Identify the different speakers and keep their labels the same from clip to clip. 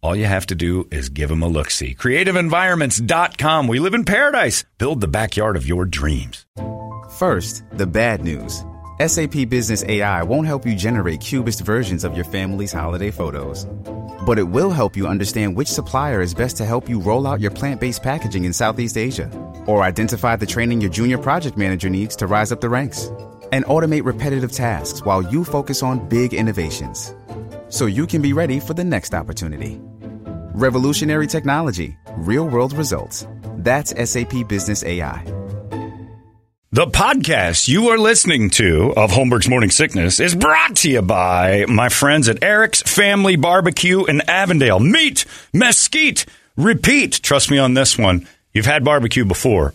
Speaker 1: All you have to do is give them a look see. CreativeEnvironments.com. We live in paradise. Build the backyard of your dreams.
Speaker 2: First, the bad news SAP Business AI won't help you generate cubist versions of your family's holiday photos. But it will help you understand which supplier is best to help you roll out your plant based packaging in Southeast Asia, or identify the training your junior project manager needs to rise up the ranks, and automate repetitive tasks while you focus on big innovations so you can be ready for the next opportunity. Revolutionary technology, real world results. That's SAP Business AI.
Speaker 1: The podcast you are listening to of Holmberg's Morning Sickness is brought to you by my friends at Eric's Family Barbecue in Avondale. Meat, mesquite, repeat. Trust me on this one. You've had barbecue before,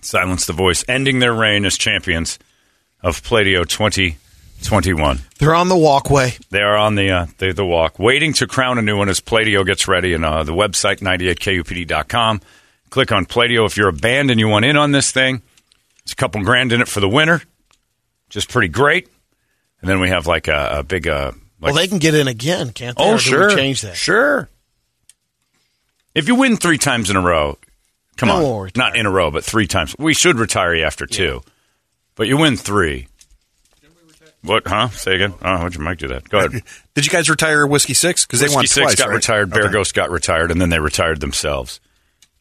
Speaker 1: Silence the voice, ending their reign as champions of Pladio 2021.
Speaker 3: They're on the walkway.
Speaker 1: They are on the, uh, the the walk, waiting to crown a new one as Pladio gets ready. And uh, the website 98kupd.com. Click on Pladio if you're a band and you want in on this thing. It's a couple grand in it for the winner, just pretty great. And then we have like a, a big uh, like
Speaker 3: well, they can get in again, can't they?
Speaker 1: Oh,
Speaker 3: Or do we
Speaker 1: sure.
Speaker 3: change that.
Speaker 1: Sure. If you win three times in a row, come
Speaker 3: Then
Speaker 1: on.
Speaker 3: we'll retire.
Speaker 1: Not in a row, but three times. We should retire you after two. But you win three. What, huh? Say again? Oh, why'd your mic do that? Go ahead.
Speaker 4: Did you guys retire Whiskey Six? Because they
Speaker 1: Whiskey
Speaker 4: won
Speaker 1: Six
Speaker 4: twice.
Speaker 1: got
Speaker 4: right?
Speaker 1: retired. Bear
Speaker 4: Okay.
Speaker 1: Ghost got retired, and then they retired themselves.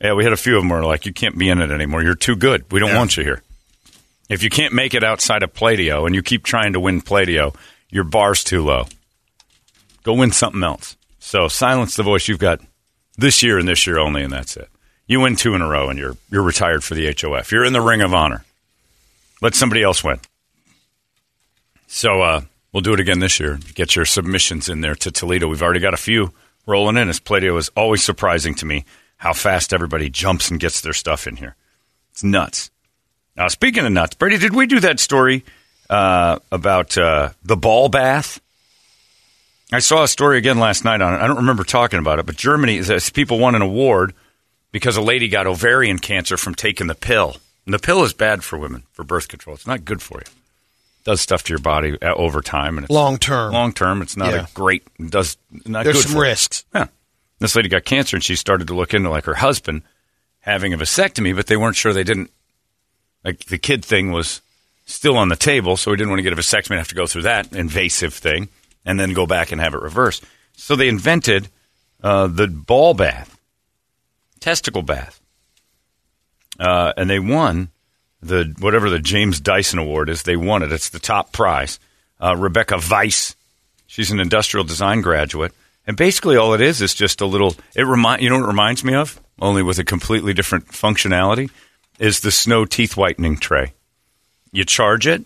Speaker 1: Yeah, we had a few of them were like, you can't be in it anymore. You're too good. We don't
Speaker 4: Yeah.
Speaker 1: want you here. If you can't make it outside of Pladio and you keep trying to win Pladio, your bar's too low. Go win something else. So silence the voice you've got this year and this year only, and that's it. You win two in a row, and you're you're retired for the HOF. You're in the Ring of Honor. Let somebody else win. So uh, we'll do it again this year. Get your submissions in there to Toledo. We've already got a few rolling in. As Pladio is always surprising to me how fast everybody jumps and gets their stuff in here. It's nuts. Now, speaking of nuts, Brady, did we do that story uh, about uh, the ball bath? I saw a story again last night on it. I don't remember talking about it, but Germany, it's- people won an award because a lady got ovarian cancer from taking the pill. And the pill is bad for women for birth control. It's not good for you. does stuff to your body uh, over time, and it's
Speaker 3: Long term.
Speaker 1: Long term, it's not
Speaker 3: Yeah.
Speaker 1: a great. Does not
Speaker 3: There's
Speaker 1: good
Speaker 3: some
Speaker 1: for you.
Speaker 3: risks.
Speaker 1: Yeah. This lady got cancer and she started to look into like her husband having a vasectomy, but they weren't sure they didn't. Like the kid thing was still on the table, so we didn't want to get a vasectomy and have to go through that invasive thing and then go back and have it reversed. So they invented uh, the ball bath, testicle bath. Uh, and they won the whatever the James Dyson Award is. They won it. It's the top prize. Uh, Rebecca Weiss She's an industrial design graduate And basically, all it is is just a little. It remind you know what it reminds me of, only with a completely different functionality, is the snow teeth whitening tray. You charge it,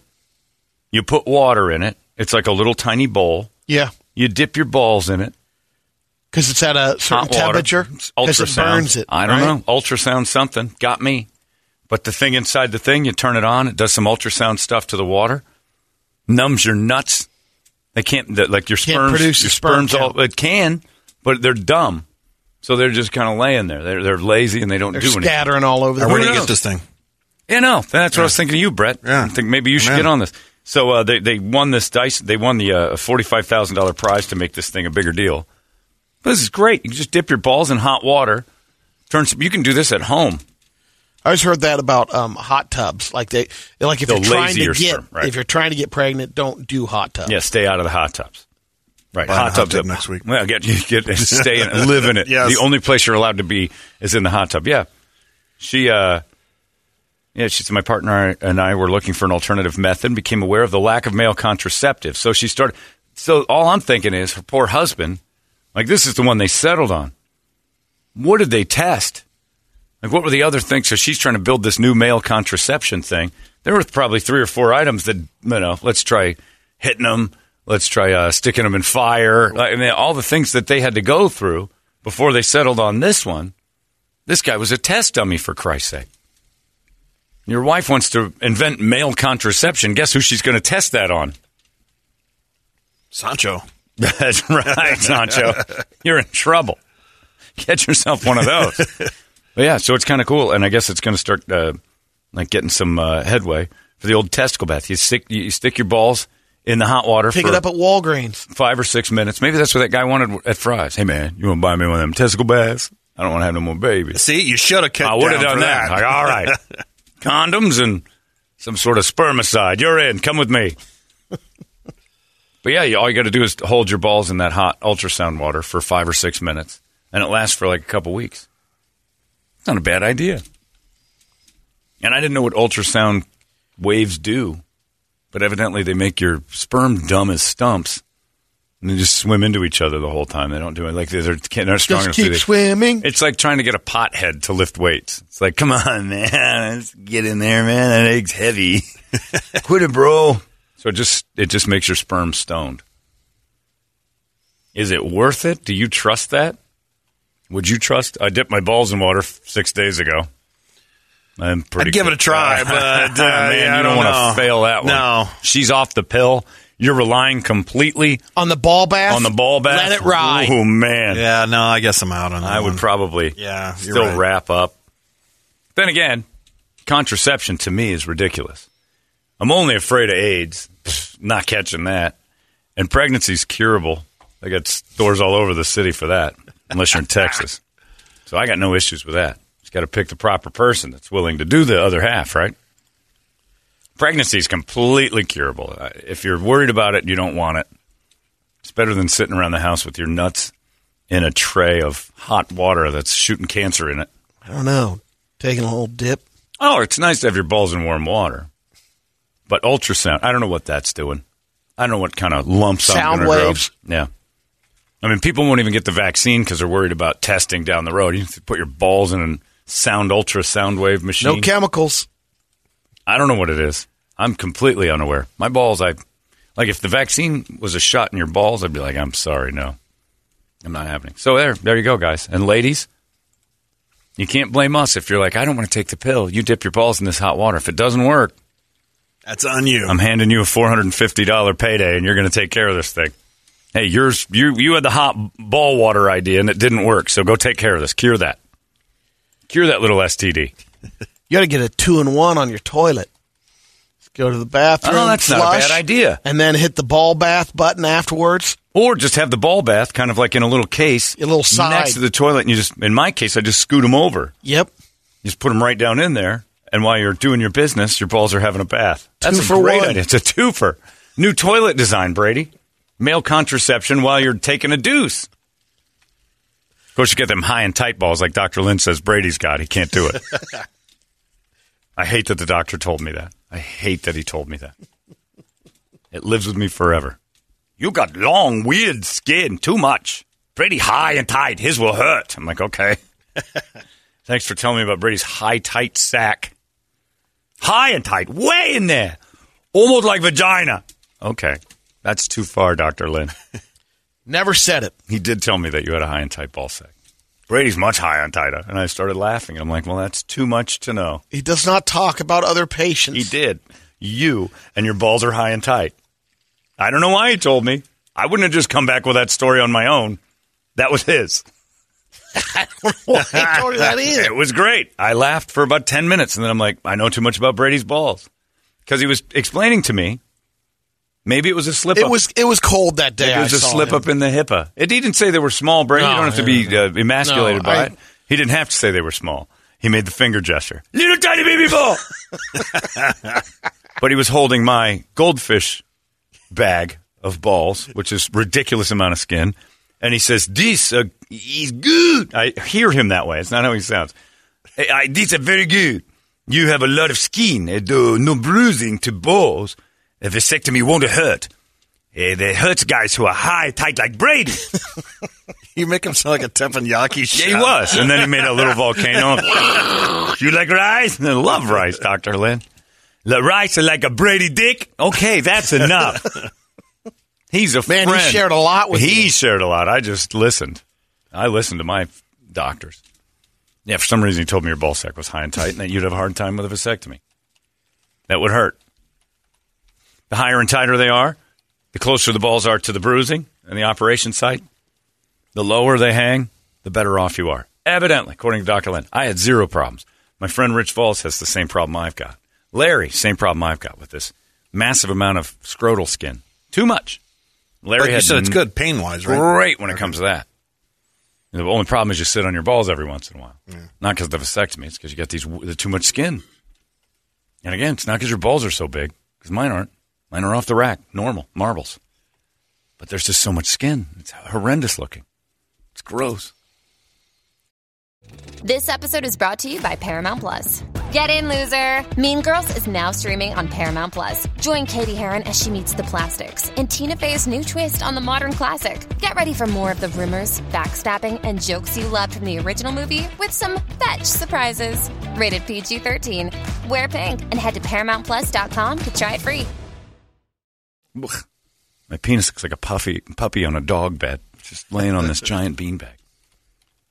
Speaker 1: you put water in it. It's like a little tiny bowl.
Speaker 3: Yeah.
Speaker 1: You dip your balls in it.
Speaker 3: Because it's at a certain
Speaker 1: hot water,
Speaker 3: temperature.
Speaker 1: s-
Speaker 3: Because it
Speaker 1: ultrasound.
Speaker 3: burns it.
Speaker 1: I don't
Speaker 3: right?
Speaker 1: know. Ultrasound something got me. But the thing inside the thing, you turn it on, it does some ultrasound stuff to the water, numbs your nuts. They can't the, like your
Speaker 3: Can't
Speaker 1: sperms.
Speaker 3: produce
Speaker 1: your
Speaker 3: the sperm
Speaker 1: sperms all it can, but they're dumb, so they're just kind of laying there. They're they're lazy and they don't
Speaker 3: They're
Speaker 1: do anything.
Speaker 3: scattering all over the
Speaker 4: Or where do you
Speaker 1: knows?
Speaker 4: get this thing?
Speaker 1: Yeah, no, that's what I was thinking of you, Brett.
Speaker 4: Yeah.
Speaker 1: I think maybe you should
Speaker 4: Man.
Speaker 1: get on this. So uh, they they won this dice. They won the uh, forty five thousand dollar prize to make this thing a bigger deal. But this is great. You can just dip your balls in hot water. Turn some, you can do this at home.
Speaker 3: I always heard that about um, hot tubs. Like they, like if
Speaker 1: The
Speaker 3: you're trying to
Speaker 1: lazier
Speaker 3: get,
Speaker 1: sperm, right.
Speaker 3: if you're trying to get pregnant, don't do hot tubs.
Speaker 1: Yeah, stay out of the hot tubs. Right,
Speaker 4: Buy a hot
Speaker 1: tubs
Speaker 4: tub
Speaker 1: up-
Speaker 4: next week.
Speaker 1: Well, get you get stay in, live in it.
Speaker 4: Yes.
Speaker 1: The only place you're allowed to be is in the hot tub. Yeah, she. uh yeah, she said my partner and I were looking for an alternative method and became aware of the lack of male contraceptives. So she started. So all I'm thinking is her poor husband. Like this is the one they settled on. What did they test? Like what were the other things? So she's trying to build this new male contraception thing. There were probably three or four items that you know. Let's try hitting them. Let's try uh, sticking them in fire. Like, I mean, all the things that they had to go through before they settled on this one. This guy was a test dummy for Christ's sake. Your wife wants to invent male contraception. Guess who she's going to test that on?
Speaker 4: Sancho.
Speaker 1: That's right, Sancho. You're in trouble. Get yourself one of those. but yeah, so it's kind of cool, and I guess it's going to start uh, like getting some uh, headway for the old testicle bath. You stick you stick your balls in the hot water
Speaker 3: Pick
Speaker 1: for
Speaker 3: it up at Walgreens.
Speaker 1: five or six minutes. Maybe that's what that guy wanted at Fry's. Hey man, you want to buy me one of them testicle baths? I don't want to have no more babies.
Speaker 4: See, you should have kept
Speaker 1: I would have Oh, done that. Like, all right, condoms and some sort of spermicide. You're in. Come with me. but yeah, you, all you got to do is hold your balls in that hot ultrasound water for five or six minutes, and it lasts for like a couple weeks. It's not a bad idea. And I didn't know what ultrasound waves do, but evidently they make your sperm dumb as stumps. And they just swim into each other the whole time. They don't do it like they're, they're not strong
Speaker 3: Just
Speaker 1: enough to do
Speaker 3: keep
Speaker 1: it.
Speaker 3: swimming.
Speaker 1: It's like trying to get a pothead to lift weights. It's like, come on, man, let's get in there, man. That egg's heavy. Quit it, bro. So it just it just makes your sperm stoned. Is it worth it? Do you trust that? Would you trust? I dipped my balls in water f- six days ago. I'm pretty.
Speaker 4: I'd give it a try, but, uh,
Speaker 1: man,
Speaker 4: yeah,
Speaker 1: you
Speaker 4: I
Speaker 1: don't,
Speaker 4: don't
Speaker 1: want
Speaker 4: know.
Speaker 1: to fail that one.
Speaker 4: No.
Speaker 1: she's off the pill. You're relying completely
Speaker 3: on the ball bath.
Speaker 1: on the ball bath.
Speaker 3: Let it ride.
Speaker 1: Oh man,
Speaker 4: Yeah, no, I guess I'm out on that.
Speaker 1: I would
Speaker 4: one.
Speaker 1: probably
Speaker 4: Yeah, you're
Speaker 1: still
Speaker 4: right.
Speaker 1: wrap up. Then again, contraception to me is ridiculous. I'm only afraid of AIDS. Pfft, not catching that. And pregnancy's curable. They got stores all over the city for that, unless you're in Texas. So I got no issues with that. Just got to pick the proper person that's willing to do the other half, right? Pregnancy's completely curable. Uh, If you're worried about it, you don't want it. It's better than sitting around the house with your nuts in a tray of hot water that's shooting cancer in it.
Speaker 3: I don't know. Taking a little dip.
Speaker 1: Oh, it's nice to have your balls in warm water. But ultrasound, I don't know what that's doing. I don't know what kind of lumps I'm
Speaker 3: Sound
Speaker 1: gonna grow.
Speaker 3: waves.
Speaker 1: Yeah. I mean, people won't even get the vaccine because they're worried about testing down the road. You have to put your balls in a sound ultrasound wave machine.
Speaker 3: No chemicals.
Speaker 1: I don't know what it is. I'm completely unaware. My balls, I like if the vaccine was a shot in your balls, I'd be like, I'm sorry, no, I'm not happening. So there, there you go, guys and ladies. You can't blame us if you're like, I don't want to take the pill. You dip your balls in this hot water. If it doesn't work,
Speaker 4: That's on you.
Speaker 1: I'm handing you a four hundred and fifty dollar payday, and you're going to take care of this thing. Hey, yours, you you had the hot ball water idea, and it didn't work. So go take care of this. Cure that. Cure that little STD.
Speaker 3: You got to get a two and one on your toilet. Go to the bathroom.
Speaker 1: Oh, that's not a
Speaker 3: flush,
Speaker 1: bad idea.
Speaker 3: And then hit the ball bath button afterwards.
Speaker 1: Or just have the ball bath kind of like in a little case,
Speaker 3: A little side.
Speaker 1: next to the toilet. And you just, in my case, I just scoot them over.
Speaker 3: Yep.
Speaker 1: You just put them right down in there. And while you're doing your business, your balls are having a bath. That's
Speaker 3: Two for
Speaker 1: a great
Speaker 3: one.
Speaker 1: idea. It's a twofer. New toilet design, Brady. Male contraception while you're taking a deuce. Of course, you get them high and tight balls like Dr. Lynn says Brady's got. He can't do it. I hate that the doctor told me that. I hate that he told me that. It lives with me forever. You got long, weird skin. Too much. Pretty high and tight. His will hurt. I'm like, okay. Thanks for telling me about Brady's high tight sack. High and tight, way in there, almost like vagina. Okay, that's too far, Doctor Lynn.
Speaker 3: Never said it.
Speaker 1: He did tell me that you had a high and tight ball sack. Brady's much high and tighter, and I started laughing. I'm like, well, that's too much to know.
Speaker 3: He does not talk about other patients.
Speaker 1: He did. You and your balls are high and tight. I don't know why he told me. I wouldn't have just come back with that story on my own. That was his.
Speaker 3: He told you that either.
Speaker 1: It was great. I laughed for about 10 minutes, and then I'm like, I know too much about Brady's balls. Because he was explaining to me, maybe it was a slip
Speaker 3: It
Speaker 1: up.
Speaker 3: was it was cold that day.
Speaker 1: Maybe it was
Speaker 3: I
Speaker 1: a
Speaker 3: saw
Speaker 1: slip
Speaker 3: him.
Speaker 1: up in the HIPAA. It, he didn't say they were small, Brady. you
Speaker 3: No,
Speaker 1: don't have to
Speaker 3: yeah,
Speaker 1: be uh, emasculated
Speaker 3: No,
Speaker 1: by
Speaker 3: I-
Speaker 1: it. He didn't have to say they were small. He made the finger gesture. Little tiny baby ball. but he was holding my goldfish bag of balls, which is ridiculous amount of skin. And he says, this uh, is good. I hear him that way. It's not how he sounds. "Eh, I, these are very good. You have a lot of skin. eh, though no bruising to balls. A vasectomy won't hurt. Eh, they hurts guys who are high, tight like Brady.
Speaker 4: You make him sound like a teppanyaki
Speaker 1: Yeah,
Speaker 4: shot.
Speaker 1: he was. And then he made a little volcano. Uh, you like rice? I love rice, Dr. Lynn. The rice is like a Brady dick. Okay, that's enough. He's a
Speaker 3: Man, he
Speaker 1: friend.
Speaker 3: shared a lot with
Speaker 1: He
Speaker 3: you.
Speaker 1: shared a lot. I just listened. I listened to my f- doctors. Yeah, for some reason he told me your ball sack was high and tight and that you'd have a hard time with a vasectomy. That would hurt. The higher and tighter they are, the closer the balls are to the bruising and the operation site, the lower they hang, the better off you are. Evidently, according to Dr. Lynn, I had zero problems. My friend Rich Falls has the same problem I've got. Larry, same problem I've got with this massive amount of scrotal skin. Too much. Larry
Speaker 4: Like you
Speaker 1: had
Speaker 4: said, it's
Speaker 1: n-
Speaker 4: good pain wise, right?
Speaker 1: Great when it comes to that. And the only problem is you sit on your balls every once in a while. Not because of the vasectomy, it's because you got these w- too much skin. And again, it's not because your balls are so big, because mine aren't. Mine are off the rack, normal, marbles. But there's just so much skin. It's horrendous looking. It's gross.
Speaker 5: This episode is brought to you by Paramount Plus. Get in, loser! Mean Girls is now streaming on Paramount Plus. Join Katie Heron as she meets the plastics and Tina Fey's new twist on the modern classic. Get ready for more of the rumors, backstabbing, and jokes you loved from the original movie with some fetch surprises. Rated PG 13. Wear pink and head to ParamountPlus.com to try it free.
Speaker 1: Blech. My penis looks like a puffy puppy on a dog bed, just laying on this giant beanbag.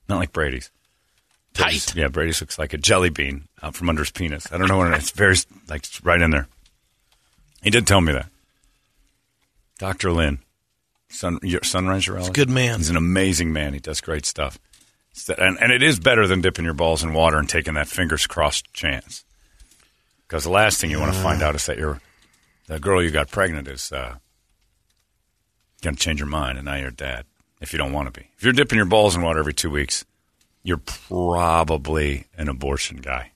Speaker 1: Not like Brady's. Brady's-
Speaker 3: Tight.
Speaker 1: yeah, Brady's looks like a jelly bean out from under his penis. I don't know what it is. It's very like it's right in there. He did tell me that. Doctor Lynn, Sun, your, Sunrise Urology.
Speaker 3: He's a good man.
Speaker 1: He's an amazing man. He does great stuff. It's that- And, and it is better than dipping your balls in water and taking that fingers crossed chance. Because the last thing you want to find out is that your the girl you got pregnant is uh, going to change your mind, and now you're a dad if you don't want to be. If you're dipping your balls in water every two weeks, you're probably an abortion guy.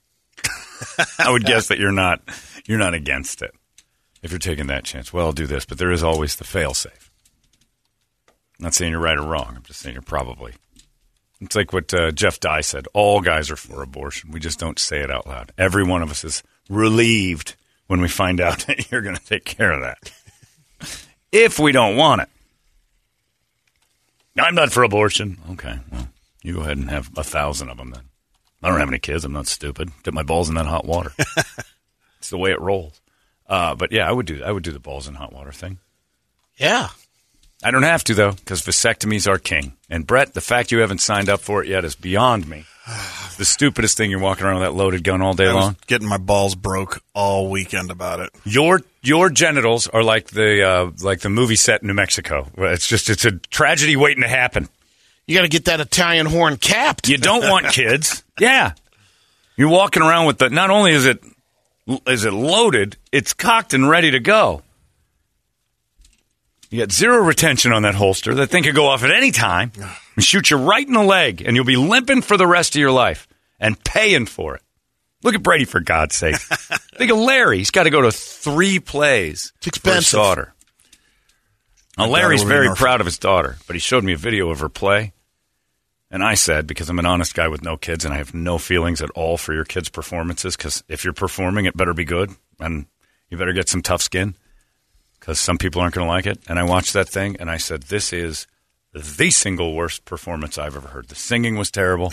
Speaker 1: I would guess that you're not you're not against it if you're taking that chance. Well, I'll do this, but there is always the fail safe. I'm not saying you're right or wrong. I'm just saying you're probably. It's like what uh, Jeff Dye said. All guys are for abortion. We just don't say it out loud. Every one of us is relieved when we find out that you're going to take care of that. if we don't want it. I'm not for abortion. Okay. Well, you go ahead and have a thousand of them then. I don't have any kids. I'm not stupid. Dip my balls in that hot water. it's the way it rolls. Uh, but yeah, I would do I would do the balls in hot water thing.
Speaker 3: Yeah.
Speaker 1: I don't have to though, because vasectomies are king. And Brett, the fact you haven't signed up for it yet is beyond me. It's the stupidest thing you're walking around with that loaded gun all day
Speaker 4: I was
Speaker 1: long.
Speaker 4: getting my balls broke all weekend about it.
Speaker 1: Your your genitals are like the uh, like the movie set in New Mexico. It's just it's a tragedy waiting to happen.
Speaker 3: You got to get that Italian horn capped.
Speaker 1: You don't want kids. Yeah. You're walking around with the not only is it is it loaded, it's cocked and ready to go. You got zero retention on that holster. That thing could go off at any time and shoot you right in the leg, and you'll be limping for the rest of your life and paying for it. Look at Brady for God's sake. Think of Larry. He's got to go to three plays.
Speaker 3: It's expensive.
Speaker 1: For his daughter. Now,
Speaker 4: My
Speaker 1: Larry's
Speaker 4: daughter would be an
Speaker 1: very
Speaker 4: orphan.
Speaker 1: proud of his daughter, but he showed me a video of her play. And I said, because I'm an honest guy with no kids and I have no feelings at all for your kids' performances, because if you're performing, it better be good and you better get some tough skin because some people aren't going to like it. And I watched that thing and I said, this is the single worst performance I've ever heard. The singing was terrible.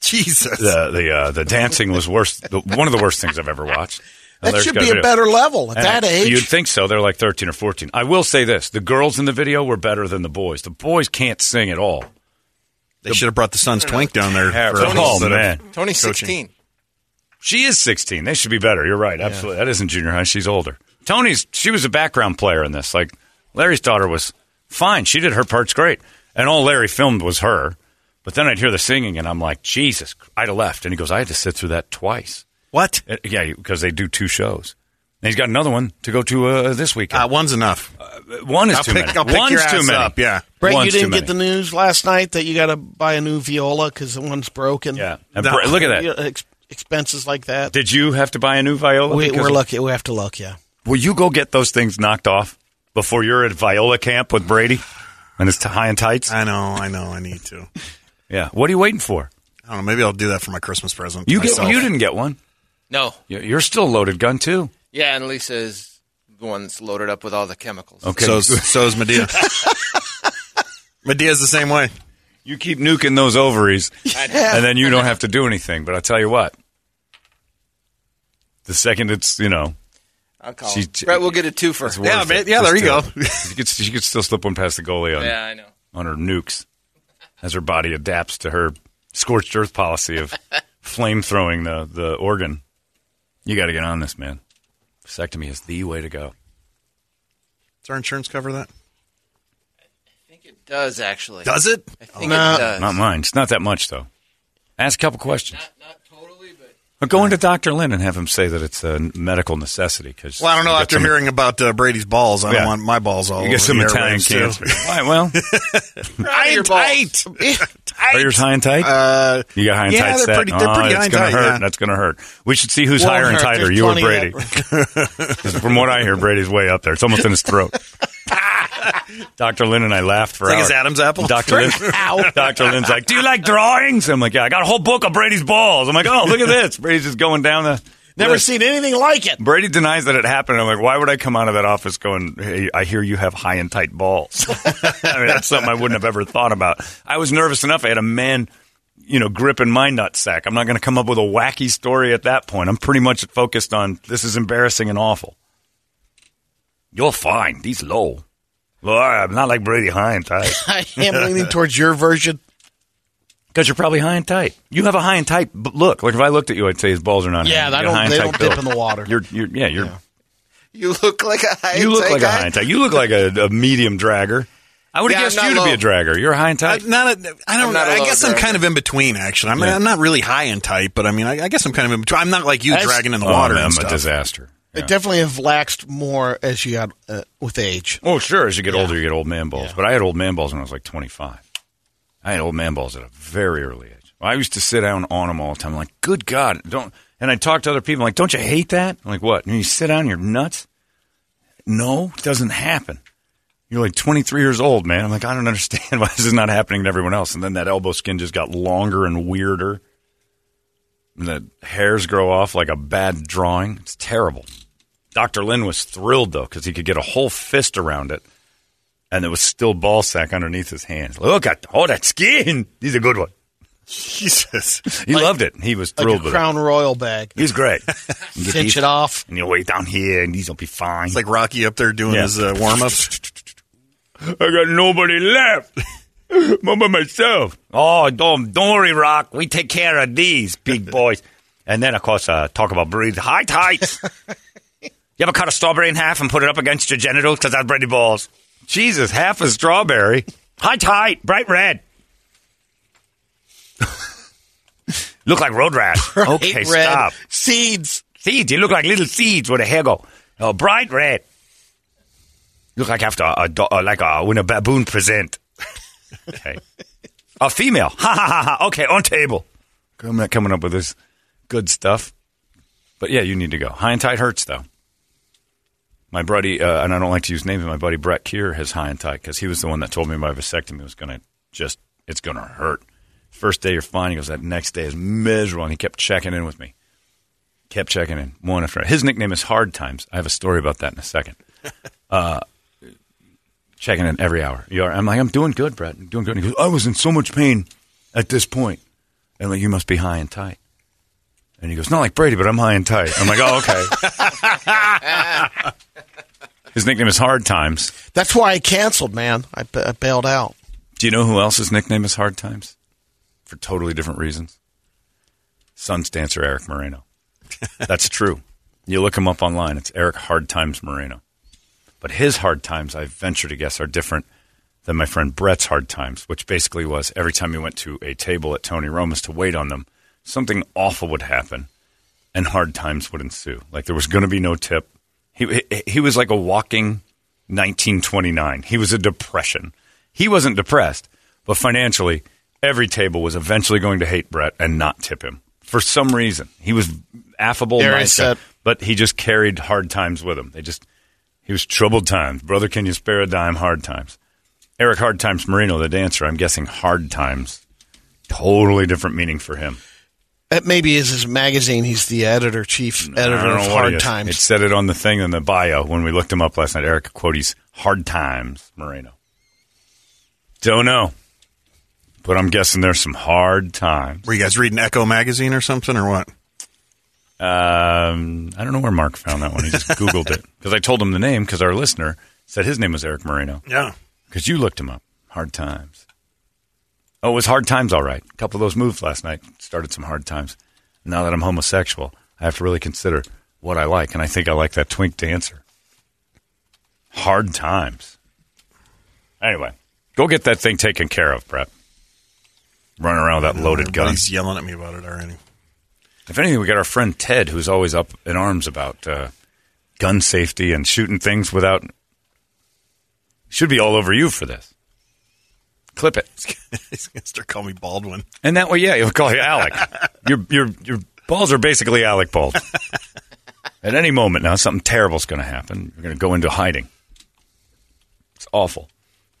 Speaker 4: Jesus.
Speaker 1: The the uh, the dancing was worse. The, one of the worst things I've ever watched. Now,
Speaker 3: That
Speaker 1: there's
Speaker 3: should
Speaker 1: gotta
Speaker 3: be a better level at
Speaker 1: And
Speaker 3: that
Speaker 1: I-
Speaker 3: age.
Speaker 1: You'd think so. They're like 13 or 14. I will say this the girls in the video were better than the boys. The boys can't sing at all.
Speaker 4: they should have brought the son's twink down there. For
Speaker 1: Terrible. Oh,
Speaker 4: instead of
Speaker 1: man.
Speaker 6: Tony's
Speaker 4: uh, coaching.
Speaker 6: 16.
Speaker 1: She is 16. They should be better. You're right. Absolutely. That isn't junior high. She's older. Tony's, she was a background player in this. Like, Larry's daughter was fine. She did her parts great. And all Larry filmed was her. But then I'd hear the singing and I'm like, Jesus, I'd have left. And he goes, I had to sit through that twice.
Speaker 4: What?
Speaker 1: Uh, yeah, because they do two shows. And he's got another one to go to uh, this weekend.
Speaker 4: Uh, one's enough.
Speaker 1: one is
Speaker 4: I'll
Speaker 1: too
Speaker 4: pick-
Speaker 1: many.
Speaker 4: I'll pick your
Speaker 1: One's too
Speaker 4: ass
Speaker 1: many.
Speaker 4: up, yeah.
Speaker 3: Brett,
Speaker 1: One's
Speaker 3: you
Speaker 1: too
Speaker 3: didn't
Speaker 1: many.
Speaker 3: get the news last night that you got to buy a new viola because the one's broken.
Speaker 1: Yeah. And
Speaker 4: No.
Speaker 1: Brett- look at
Speaker 3: You
Speaker 1: that.
Speaker 3: know, uh, ex- expenses like that.
Speaker 1: Did you have to buy a new viola?
Speaker 3: we,
Speaker 1: Because-
Speaker 3: we're lucky. We have to look. Yeah.
Speaker 1: Will you go get those things knocked off before you're at viola camp with Brady and his t- high and tights?
Speaker 4: I know, I know, I need to.
Speaker 1: Yeah. What are you waiting for?
Speaker 4: I don't know. Maybe I'll do that for my Christmas present.
Speaker 1: You get,
Speaker 4: myself.
Speaker 1: you didn't get one.
Speaker 6: No.
Speaker 1: You- You're still a loaded gun too.
Speaker 6: Yeah, and Lisa is the one that's loaded up with all the chemicals.
Speaker 1: Okay.
Speaker 4: So so is Medea. Medea's the same way.
Speaker 1: you keep nuking those ovaries, and then you don't have to do anything. But I tell you what, the second it's you know
Speaker 6: I'll call
Speaker 1: She-
Speaker 6: him. Brett will get a twofer.
Speaker 1: it's worth
Speaker 4: Yeah, man.
Speaker 1: it.
Speaker 4: Yeah,
Speaker 1: Just
Speaker 4: there you
Speaker 1: do
Speaker 4: go.
Speaker 1: it. she, could, she could still slip one past the goalie on
Speaker 6: Yeah, I know.
Speaker 1: on her nukes as her body adapts to her scorched earth policy of flame throwing the, the organ. You got to get on this, man. Vasectomy is the way to go.
Speaker 4: Does our insurance cover that?
Speaker 6: I think it does, actually.
Speaker 4: Does it?
Speaker 6: I think
Speaker 3: No.
Speaker 6: it does.
Speaker 1: Not mine. It's not that much, though. Ask a couple questions.
Speaker 6: Not, not totally, but
Speaker 1: Or go into Dr. Lynn and have him say that it's a medical necessity. Cause
Speaker 4: Well, I don't know.
Speaker 1: you get
Speaker 4: After
Speaker 1: some-
Speaker 4: hearing about uh, Brady's balls, I
Speaker 1: Yeah.
Speaker 4: don't want my balls all
Speaker 1: you get
Speaker 4: over
Speaker 1: some
Speaker 4: the
Speaker 1: Italian
Speaker 4: airwaves, too.
Speaker 1: cancer. Why, well,
Speaker 6: your balls.
Speaker 1: are yours high and tight?
Speaker 4: Uh,
Speaker 1: you got high and
Speaker 4: yeah,
Speaker 1: tight
Speaker 4: they're
Speaker 1: set.
Speaker 4: pretty- they're
Speaker 1: Oh,
Speaker 4: pretty
Speaker 1: that's
Speaker 4: high and
Speaker 1: gonna
Speaker 4: tight,
Speaker 1: hurt.
Speaker 4: yeah.
Speaker 1: That's going to hurt. We should see who's
Speaker 3: Won't
Speaker 1: higher and
Speaker 3: hurt.
Speaker 1: tighter,
Speaker 3: There's
Speaker 1: you or
Speaker 3: plenty
Speaker 1: Brady.
Speaker 3: of that.
Speaker 1: From what I hear, Brady's way up there. It's almost in his throat. Dr. Lynn and I laughed for
Speaker 4: It's like
Speaker 1: hours.
Speaker 4: his Adam's apple.
Speaker 1: Dr. Lynn, Dr. Lynn's like, "Do you like drawings?" I'm like, "Yeah, I got a whole book of Brady's balls." I'm like, "Oh, look at this." Brady's just going down the.
Speaker 3: Never
Speaker 1: list.
Speaker 3: seen anything like it.
Speaker 1: Brady denies that it happened. I'm like, "Why would I come out of that office going, hey, I hear you have high and tight balls?" I mean, that's something I wouldn't have ever thought about. I was nervous enough. I had a man, you know, gripping my nutsack. I'm not going to come up with a wacky story at that point. I'm pretty much focused on this is embarrassing and awful. You're fine. These low. Well, I'm not like Brady high and tight.
Speaker 3: I am leaning towards your version.
Speaker 1: Because you're probably high and tight. You have a high and tight b- look. Like if I looked at you, I'd say his balls are not.
Speaker 3: Yeah,
Speaker 1: hanging.
Speaker 3: I
Speaker 1: You got
Speaker 3: don't-
Speaker 1: high and
Speaker 3: they
Speaker 1: tight
Speaker 3: don't dip
Speaker 1: build.
Speaker 3: in the water.
Speaker 1: You're, you're, yeah, you're.
Speaker 6: you look like a high
Speaker 1: You look
Speaker 6: tech
Speaker 1: like a
Speaker 6: guy.
Speaker 1: high and tight. You look like a, a medium dragger. I would have
Speaker 6: Yeah,
Speaker 1: guessed
Speaker 6: I'm
Speaker 1: you
Speaker 6: not
Speaker 1: to be a
Speaker 6: low.
Speaker 1: dragger. You're high and
Speaker 4: I,
Speaker 1: tight.
Speaker 4: not a, I
Speaker 6: I'm
Speaker 4: don't.
Speaker 6: not a
Speaker 4: I
Speaker 6: low
Speaker 4: guess I'm
Speaker 6: driver.
Speaker 4: kind of in between. Actually, I mean,
Speaker 1: Yeah.
Speaker 4: I'm not really high in type, but I mean, I, I guess I'm kind of in between. I'm not like you
Speaker 3: That's-
Speaker 4: dragging in the
Speaker 1: Oh,
Speaker 4: water.
Speaker 1: man,
Speaker 4: and
Speaker 1: I'm
Speaker 4: stuff.
Speaker 1: a disaster.
Speaker 3: They
Speaker 1: Yeah.
Speaker 3: definitely have laxed more as you got uh, with age.
Speaker 1: Oh, sure. As you get older, you get old man balls. But I had old man balls when I was like 25. I had old man balls at a very early age. I used to sit down on them all the time. I'm like, good God, don't. And I talked to other people. like, don't you hate that? I'm like, what? And you sit down, you're nuts. No, it doesn't happen. You're like 23 years old, man. I'm like, I don't understand why this is not happening to everyone else. And then that elbow skin just got longer and weirder. And the hairs grow off like a bad drawing. It's terrible. Dr. Lynn was thrilled though because he could get a whole fist around it, and there was still ball sack underneath his hands. Look at all that skin. He's a good one.
Speaker 4: Jesus.
Speaker 1: He loved it. He was
Speaker 3: Like
Speaker 1: thrilled
Speaker 3: a
Speaker 1: with it.
Speaker 3: crown royal bag.
Speaker 1: He's great. You get
Speaker 3: Cinch
Speaker 1: these-
Speaker 3: it off.
Speaker 1: and you'll wait down here, and these will be fine.
Speaker 4: It's like Rocky up there doing
Speaker 1: Yeah.
Speaker 4: his uh, warm ups.
Speaker 1: I got nobody left. I'm by myself. Oh, don't, don't worry, Rock. We take care of these big boys. And then, of course, uh, talk about breathe. High tights. you ever cut a strawberry in half and put it up against your genitals? Because that's Brady Balls. Jesus, half a strawberry. High tight, bright red. look like road rash. okay,
Speaker 3: Eight red
Speaker 1: stop.
Speaker 3: seeds.
Speaker 1: Seeds. You look like little seeds where the hair go. Oh, bright red. Look like after a, do- uh, like a, when a baboon present. Okay. a female. Ha ha ha ha. Okay, on table. I'm not coming up with this good stuff. But yeah, you need to go. High and tight hurts though. My buddy, uh, and I don't like to use names, but my buddy Brett Keir has high and tight because he was the one that told me my vasectomy was going to just, it's going to hurt. First day you're fine. He goes, that next day is miserable. And he kept checking in with me kept checking in one after his nickname is hard times i have a story about that in a second uh, checking in every hour. You are. I'm like, I'm doing good, Brett. I'm doing good. And he goes, I was in so much pain at this point. And I'm like, you must be high and tight. And he goes, not like Brady, but I'm high and tight. I'm like, oh, okay. His nickname is Hard Times.
Speaker 3: That's why I canceled, man. I, b- I bailed out.
Speaker 1: Do you know who else's nickname is Hard Times? For totally different reasons. Suns dancer Eric Moreno. That's true. You look him up online. It's Eric Hard Times Moreno. But his hard times, I venture to guess, are different than my friend Brett's hard times, which basically was every time he went to a table at Tony Roma's to wait on them, something awful would happen and hard times would ensue. Like there was going to be no tip. He, he, he was like a walking 1929. He was a depression. He wasn't depressed, but financially, every table was eventually going to hate Brett and not tip him for some reason. He was affable,
Speaker 3: Very
Speaker 1: nice guy,
Speaker 3: sad.
Speaker 1: but he just carried hard times with him. They just he was troubled times. Brother, can you spare a dime? Hard times. Eric Hard Times Marino, the dancer. I'm guessing hard times. Totally different meaning for him.
Speaker 3: That maybe is his magazine. He's the editor, chief
Speaker 1: I
Speaker 3: editor
Speaker 1: don't
Speaker 3: of
Speaker 1: know what
Speaker 3: Hard
Speaker 1: it is.
Speaker 3: Times.
Speaker 1: It said it on the thing in the bio when we looked him up last night. Eric Quotes Hard Times Moreno. Don't know. But I'm guessing there's some hard times.
Speaker 4: Were you guys reading Echo magazine or something or what?
Speaker 1: Um, I don't know where Mark found that one. He just Googled it. Because I told him the name because our listener said his name was Eric Moreno.
Speaker 4: Yeah.
Speaker 1: Because you looked him up. Hard times. Oh, it was hard times, all right. A couple of those moves last night started some hard times. Now that I'm homosexual, I have to really consider what I like, and I think I like that twink dancer. Hard times. Anyway, go get that thing taken care of, Brett. Run around with that loaded gun.
Speaker 4: Everybody's yelling at me about it already.
Speaker 1: If anything, we got our friend Ted, who's always up in arms about uh, gun safety and shooting things without. Should be all over you for this. Clip it.
Speaker 4: He's going to start calling me Baldwin.
Speaker 1: And that way, yeah, he'll call you Alec. your your your balls are basically Alec balls. At any moment now, something terrible's going to happen. You're going to go into hiding. It's awful.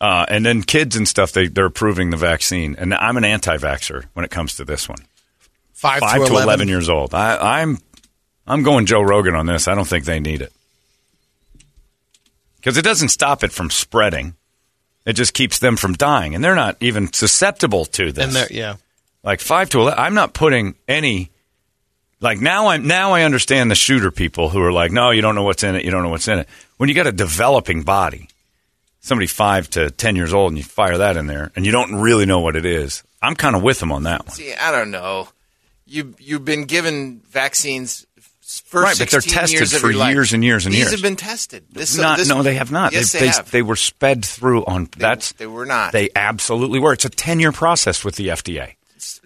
Speaker 1: Uh, and then kids and stuff, they, they're approving the vaccine. And I'm an anti-vaxxer when it comes to this one.
Speaker 3: five,
Speaker 1: Five to 11, years old. I, I'm, I'm going Joe Rogan on this. I don't think they need it. Because it doesn't stop it from spreading. It just keeps them from dying. And they're not even susceptible to this
Speaker 3: And there, yeah.
Speaker 1: like five to eleven. I'm not putting any. Like now, I'm now I understand the shooter people who are like, no, you don't know what's in it. You don't know what's in it. When you got a developing body, somebody five to ten years old, and you fire that in there, and you don't really know what it is. I'm kind of with them on that one.
Speaker 6: See, I don't know. You you've been given vaccines for
Speaker 1: Right, but they're
Speaker 6: 16
Speaker 1: tested
Speaker 6: years of
Speaker 1: for
Speaker 6: your life.
Speaker 1: years and years and
Speaker 6: These
Speaker 1: years.
Speaker 6: have been tested. This,
Speaker 1: not,
Speaker 6: this-
Speaker 1: no, they have not.
Speaker 6: Yes,
Speaker 1: they,
Speaker 6: they, have.
Speaker 1: they were sped through on. that's
Speaker 6: they were not.
Speaker 1: They absolutely were. It's a ten year process with the FDA.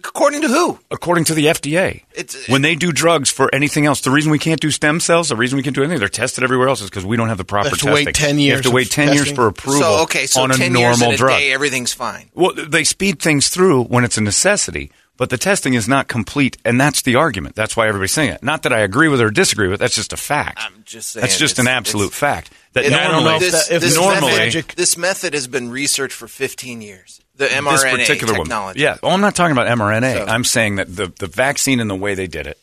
Speaker 6: According to who?
Speaker 1: according to the FDA.
Speaker 6: It's-
Speaker 1: when they do drugs for anything else, the reason we can't do stem cells, the reason we can't do anything, they're tested everywhere else is because we don't have the proper
Speaker 3: have to
Speaker 1: testing.
Speaker 3: wait 10
Speaker 1: You have to
Speaker 3: years
Speaker 1: wait
Speaker 3: of
Speaker 1: ten years
Speaker 3: testing?
Speaker 1: for approval.
Speaker 6: So okay, so
Speaker 1: on a
Speaker 6: ten
Speaker 1: normal
Speaker 6: years in a
Speaker 1: drug.
Speaker 6: day, everything's fine.
Speaker 1: well, they speed things through when it's a necessity, but the testing is not complete, and that's the argument. That's why everybody's saying it. Not that I agree with or disagree with. That's just a fact.
Speaker 6: I'm just saying
Speaker 1: That's just
Speaker 6: it's-
Speaker 1: an
Speaker 6: it's-
Speaker 1: absolute fact. That
Speaker 6: It-
Speaker 1: normally,
Speaker 3: don't know if
Speaker 6: this,
Speaker 3: that- if
Speaker 6: this
Speaker 1: normally
Speaker 6: method, this method has been researched for 15 years. The mRNA
Speaker 1: this particular
Speaker 6: technology.
Speaker 1: One. Yeah. Well, I'm not talking about mRNA.
Speaker 6: So-
Speaker 1: I'm saying that the, the vaccine and the way they did it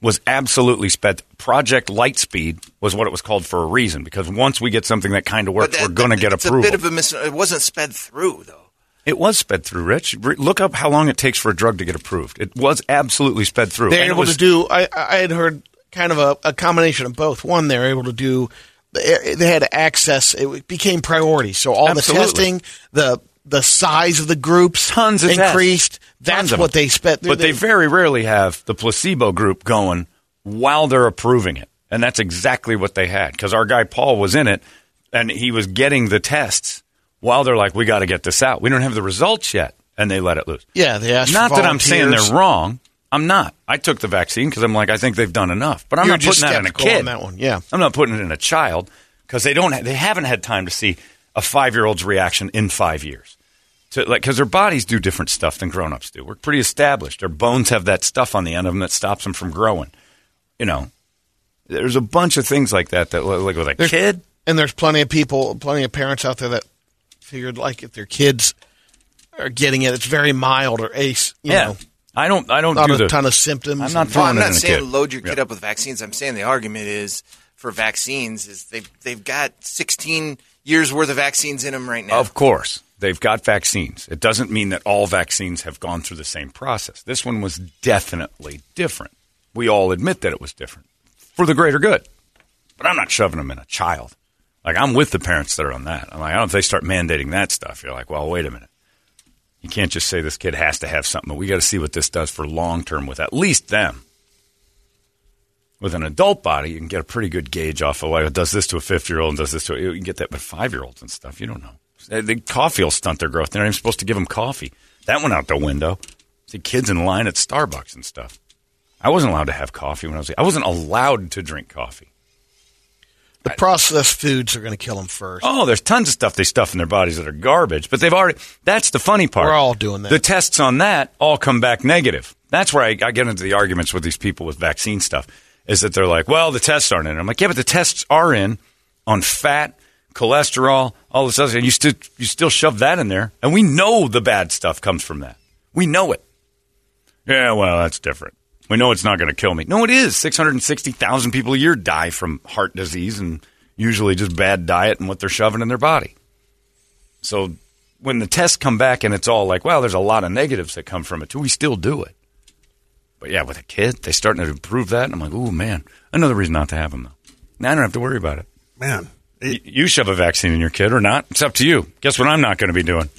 Speaker 1: was absolutely sped. Project Lightspeed was what it was called for a reason because once we get something that kind of
Speaker 6: But
Speaker 1: works,
Speaker 6: that-
Speaker 1: we're going to get
Speaker 6: it's
Speaker 1: approval.
Speaker 6: A bit of a mis- it wasn't sped through though.
Speaker 1: it was sped through, Rich. R- look up how long it takes for a drug to get approved. It was absolutely sped through.
Speaker 3: They're
Speaker 1: And it
Speaker 3: able
Speaker 1: was,
Speaker 3: to do. I, I had heard kind of a, a combination of both. One, they're able to do. They they had access. It became priority. So all
Speaker 1: Absolutely.
Speaker 3: the testing, the the size of the groups,
Speaker 1: tons of tests.
Speaker 3: increased. That's
Speaker 1: Tons of
Speaker 3: what
Speaker 1: them.
Speaker 3: they spent.
Speaker 1: But they very rarely have the placebo group going while they're approving it, and that's exactly what they had because our guy Paul was in it, and he was getting the tests while they're like, "We got to get this out. We don't have the results yet," and they let it loose.
Speaker 3: yeah. They asked. for
Speaker 1: Not that I'm saying
Speaker 3: volunteers.
Speaker 1: they're wrong. I'm not. I took the vaccine because I'm like, I think they've done enough. But I'm
Speaker 3: You're
Speaker 1: not
Speaker 3: just
Speaker 1: putting that in a
Speaker 3: skeptical
Speaker 1: kid.
Speaker 3: on that one, yeah.
Speaker 1: I'm not putting it in a child because they don't. Ha- they haven't had time to see a five year old's reaction in five years. To, like, because their bodies do different stuff than grown ups do. We're pretty established. Their bones have that stuff on the end of them that stops them from growing. You know, there's a bunch of things like that that like with a
Speaker 3: There's-
Speaker 1: kid.
Speaker 3: And there's plenty of people, plenty of parents out there that figured like if their kids are getting it, it's very mild or ace. You
Speaker 1: yeah,
Speaker 3: know,
Speaker 1: I don't. I don't
Speaker 3: not
Speaker 1: do
Speaker 3: a
Speaker 1: the-
Speaker 3: ton of symptoms.
Speaker 1: I'm not
Speaker 6: Well,
Speaker 1: throwing
Speaker 6: I'm
Speaker 1: it
Speaker 6: not
Speaker 1: in a
Speaker 6: saying
Speaker 1: kid.
Speaker 6: load your
Speaker 1: Yeah.
Speaker 6: kid up with vaccines. I'm saying the argument is for vaccines is they've they've got 16 years worth of vaccines in them right now.
Speaker 1: Of course, they've got vaccines. It doesn't mean that all vaccines have gone through the same process. This one was definitely different. We all admit that it was different for the greater good. But I'm not shoving them in a child. Like I'm with the parents that are on that. I'm like, I don't. If they start mandating that stuff, you're like, well, wait a minute. You can't just say this kid has to have something. We got to see what this does for long term with at least them. With an adult body, you can get a pretty good gauge off of like, it does this to a 50 year old and does this to a, you can get that with five year olds and stuff. You don't know. They, they, coffee will stunt their growth. They're not even supposed to give them coffee. That went out the window. See kids in line at Starbucks and stuff. I wasn't allowed to have coffee when I was. I wasn't allowed to drink coffee.
Speaker 3: The processed foods are going to kill them first.
Speaker 1: Oh, there's tons of stuff they stuff in their bodies that are garbage, but they've already. That's the funny part.
Speaker 3: We're all doing that.
Speaker 1: The tests on that all come back negative. That's where I, I get into the arguments with these people with vaccine stuff is that they're like, well, the tests aren't in. I'm like, yeah, but the tests are in on fat, cholesterol, all this other, and you still you still shove that in there, and we know the bad stuff comes from that. We know it. Yeah, well, that's different. We know it's not going to kill me. No, it is. 660,000 people a year die from heart disease and usually just bad diet and what they're shoving in their body. So when the tests come back and it's all like, well, there's a lot of negatives that come from it too, we still do it. But yeah, with a kid, they're starting to improve that. And I'm like, oh, man, another reason not to have them, though. Now I don't have to worry about it.
Speaker 4: Man.
Speaker 1: Y- you shove a vaccine in your kid or not, it's up to you. Guess what I'm not going to be doing?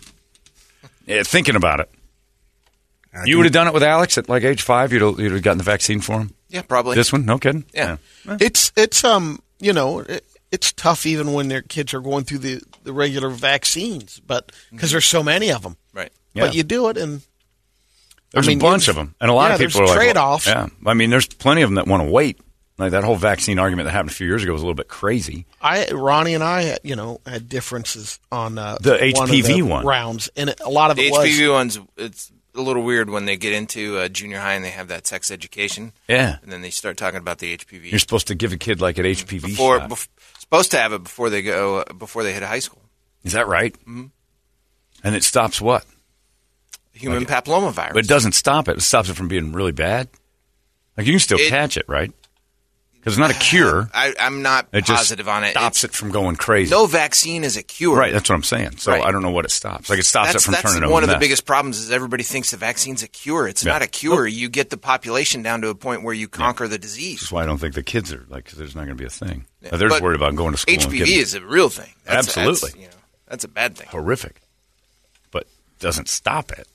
Speaker 1: Yeah, thinking about it.
Speaker 4: I
Speaker 1: You
Speaker 4: think-
Speaker 1: would have done it with Alex at like age five. You'd have, you'd have gotten the vaccine for him.
Speaker 6: Yeah, probably.
Speaker 1: This one, no kidding.
Speaker 6: Yeah.
Speaker 3: It's it's um you know it, it's tough even when their kids are going through the, the regular vaccines, but because there's so many of them.
Speaker 6: Right.
Speaker 1: Yeah.
Speaker 3: But you do it, and
Speaker 1: There's
Speaker 3: I mean,
Speaker 1: a bunch
Speaker 3: it's-
Speaker 1: of them, and a lot
Speaker 3: yeah,
Speaker 1: of people
Speaker 3: there's
Speaker 1: are like, well,
Speaker 3: trade-offs.
Speaker 1: Yeah, I mean, there's plenty of them that want to wait. Like that whole vaccine argument that happened a few years ago was a little bit crazy.
Speaker 3: I Ronnie and I you know had differences on uh,
Speaker 1: The
Speaker 3: one of
Speaker 1: HPV
Speaker 3: the
Speaker 1: one.
Speaker 3: rounds, and it, a lot of
Speaker 6: The
Speaker 3: it was
Speaker 6: HPV ones, it's a little weird when they get into uh, junior high and they have that sex education.
Speaker 1: Yeah.
Speaker 6: And then they start talking about the HPV.
Speaker 1: You're supposed to give a kid like an HPV
Speaker 6: before,
Speaker 1: shot.
Speaker 6: bef- supposed to have it before they go uh, before they hit high school.
Speaker 1: Is that right? Mm-hmm. And it stops what?
Speaker 6: Human papillomavirus.
Speaker 1: But it doesn't stop it. It stops it from being really bad. Like you can still
Speaker 6: It-
Speaker 1: catch it, right? Because it's not a cure.
Speaker 6: I, I'm not
Speaker 1: It just
Speaker 6: positive on it.
Speaker 1: stops
Speaker 6: It's-
Speaker 1: it from going crazy.
Speaker 6: No vaccine is a cure.
Speaker 1: Right, that's what I'm saying. So
Speaker 6: Right.
Speaker 1: I don't know what it stops. Like it stops
Speaker 6: that's,
Speaker 1: it from
Speaker 6: that's
Speaker 1: turning over.
Speaker 6: one of the
Speaker 1: mess.
Speaker 6: biggest problems is everybody thinks the vaccine's a cure. It's
Speaker 1: Yeah.
Speaker 6: not a cure. You get the population down to a point where you conquer the
Speaker 1: That's
Speaker 6: disease.
Speaker 1: why I don't think the kids are like because there's not going to be a thing.
Speaker 6: Yeah.
Speaker 1: They're just
Speaker 6: But
Speaker 1: worried about going to school. and
Speaker 6: HPV
Speaker 1: getting-
Speaker 6: is a real thing. That's,
Speaker 1: Absolutely.
Speaker 6: that's, you know, that's a bad thing.
Speaker 1: horrific, but doesn't stop it.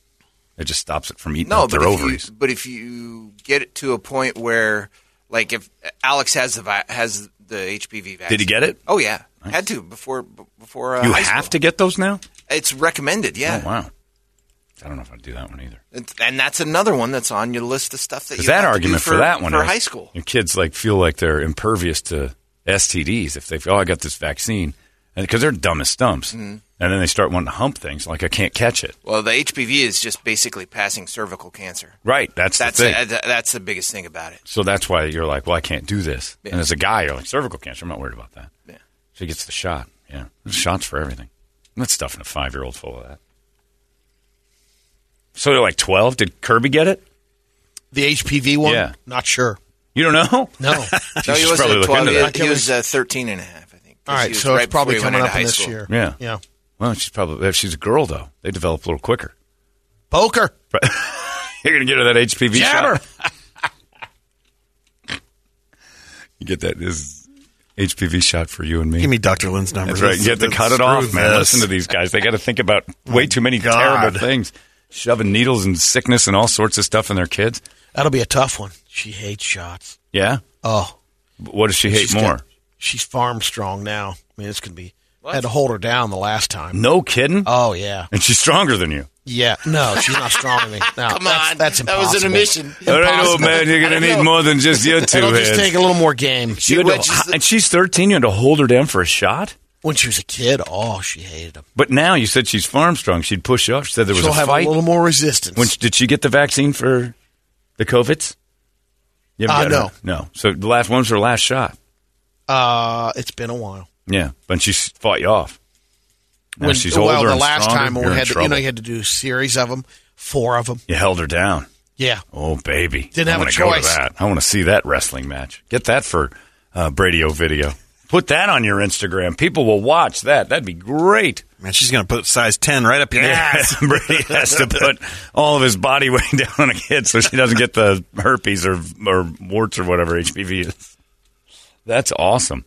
Speaker 1: It just stops it from eating
Speaker 6: No,
Speaker 1: up
Speaker 6: but
Speaker 1: their
Speaker 6: if,
Speaker 1: ovaries.
Speaker 6: you, but if you get it to a point where, like, if Alex has the vi- has the HPV vaccine,
Speaker 1: Did he get it?
Speaker 6: Oh yeah, had to before b- before uh,
Speaker 1: You
Speaker 6: high
Speaker 1: have
Speaker 6: school.
Speaker 1: to get those now.
Speaker 6: It's recommended. Yeah,
Speaker 1: Oh wow! I don't know if I'd do that one either.
Speaker 6: It's- and that's another one that's on your list of stuff that you
Speaker 1: Because that
Speaker 6: have to do
Speaker 1: argument
Speaker 6: for,
Speaker 1: for, that one
Speaker 6: for
Speaker 1: is,
Speaker 6: high school.
Speaker 1: your kids like feel like they're impervious to STDs if they feel oh I got this vaccine, and because they're dumb as stumps,
Speaker 6: Mm-hmm.
Speaker 1: and then they start wanting to hump things like I can't catch it.
Speaker 6: Well, the HPV is just basically passing cervical cancer.
Speaker 1: Right, that's,
Speaker 6: That's
Speaker 1: the thing.
Speaker 6: uh, th- that's the biggest thing about it.
Speaker 1: So that's why you're like, well, I can't do this.
Speaker 6: Yeah.
Speaker 1: And as a guy, you're like, cervical cancer. I'm not worried about that.
Speaker 6: Yeah.
Speaker 1: She gets the shot. Yeah. There's shots for everything. I'm not stuffing a five year old full of that. So they're like 12. Did Kirby get it?
Speaker 3: the HPV one.
Speaker 1: Yeah.
Speaker 3: Not sure.
Speaker 1: You don't know?
Speaker 3: No.
Speaker 6: No,
Speaker 1: should
Speaker 6: he wasn't
Speaker 1: probably
Speaker 6: at
Speaker 1: look
Speaker 6: 12.
Speaker 1: into
Speaker 6: He,
Speaker 1: that.
Speaker 6: was- he was uh, 13 and a half, I think. 'cause
Speaker 3: All
Speaker 6: he
Speaker 3: right,
Speaker 6: was
Speaker 3: so
Speaker 6: right
Speaker 3: it's probably
Speaker 6: before he
Speaker 3: coming
Speaker 6: went into
Speaker 3: up in
Speaker 6: high
Speaker 3: this
Speaker 6: school.
Speaker 3: year.
Speaker 1: Yeah.
Speaker 3: Yeah.
Speaker 1: Well, she's probably, if she's a girl, though, they develop a little quicker.
Speaker 3: Poker.
Speaker 1: You're going to get her that HPV
Speaker 3: Jabber.
Speaker 1: shot. you get that this HPV shot for you and me.
Speaker 4: Give me Dr. Lynn's number.
Speaker 1: That's right. You have to cut it off, man. Listen to
Speaker 4: the
Speaker 1: these guys. They got to think about way too many
Speaker 4: God.
Speaker 1: terrible things. Shoving needles and sickness and all sorts of stuff in their kids.
Speaker 3: That'll be a tough one. She hates shots.
Speaker 1: Yeah.
Speaker 3: Oh,
Speaker 1: But What does she hate
Speaker 3: she's
Speaker 1: more?
Speaker 3: got- she's farm strong now. I mean, it's gonna be. Had to hold her down the last time.
Speaker 1: No kidding.
Speaker 3: Oh yeah,
Speaker 1: and she's stronger than you.
Speaker 3: yeah. No, she's not strong than me. No,
Speaker 6: Come
Speaker 3: that's,
Speaker 6: on.
Speaker 3: That's
Speaker 6: That was an
Speaker 3: impossible.
Speaker 6: omission.
Speaker 1: All right,
Speaker 3: Impossible.
Speaker 1: old man, you're
Speaker 6: I
Speaker 1: gonna
Speaker 6: don't
Speaker 1: need
Speaker 6: know.
Speaker 1: more than just your two
Speaker 3: It'll just
Speaker 1: heads.
Speaker 3: take a little more game.
Speaker 1: You
Speaker 6: She
Speaker 1: had to-
Speaker 6: wedges the-
Speaker 1: and she's 13. You had to hold her down for a shot.
Speaker 3: When she was a kid, oh, she hated him.
Speaker 1: But now you said she's farm strong. She'd push you up. She said there was
Speaker 3: She'll
Speaker 1: a
Speaker 3: have
Speaker 1: fight.
Speaker 3: a little more resistance.
Speaker 1: When did she get the vaccine for the covids? You haven't
Speaker 3: Uh,
Speaker 1: got her. no. So the last one was her last shot.
Speaker 3: uh, it's been a while.
Speaker 1: Yeah, but she s- fought you off. Now
Speaker 3: When
Speaker 1: she's
Speaker 3: well,
Speaker 1: older
Speaker 3: the
Speaker 1: and
Speaker 3: last
Speaker 1: stronger,
Speaker 3: time when
Speaker 1: you're
Speaker 3: we
Speaker 1: in
Speaker 3: had to, you know
Speaker 1: trouble.
Speaker 3: you had to do a series of them, four of them.
Speaker 1: You held her down.
Speaker 3: Yeah,
Speaker 1: Oh baby,
Speaker 3: Didn't
Speaker 1: I
Speaker 3: have a
Speaker 1: wanna Go to
Speaker 3: choice.
Speaker 1: that. I want to see that wrestling match. Get that for uh, Bradio video. Put that on your Instagram. People will watch that. That'd be great.
Speaker 4: Man, she's going to put size 10 right up your ass.
Speaker 1: Brady has to put all of his body weight down on a kid so she doesn't get the herpes or, or warts or whatever HPV is. That's awesome.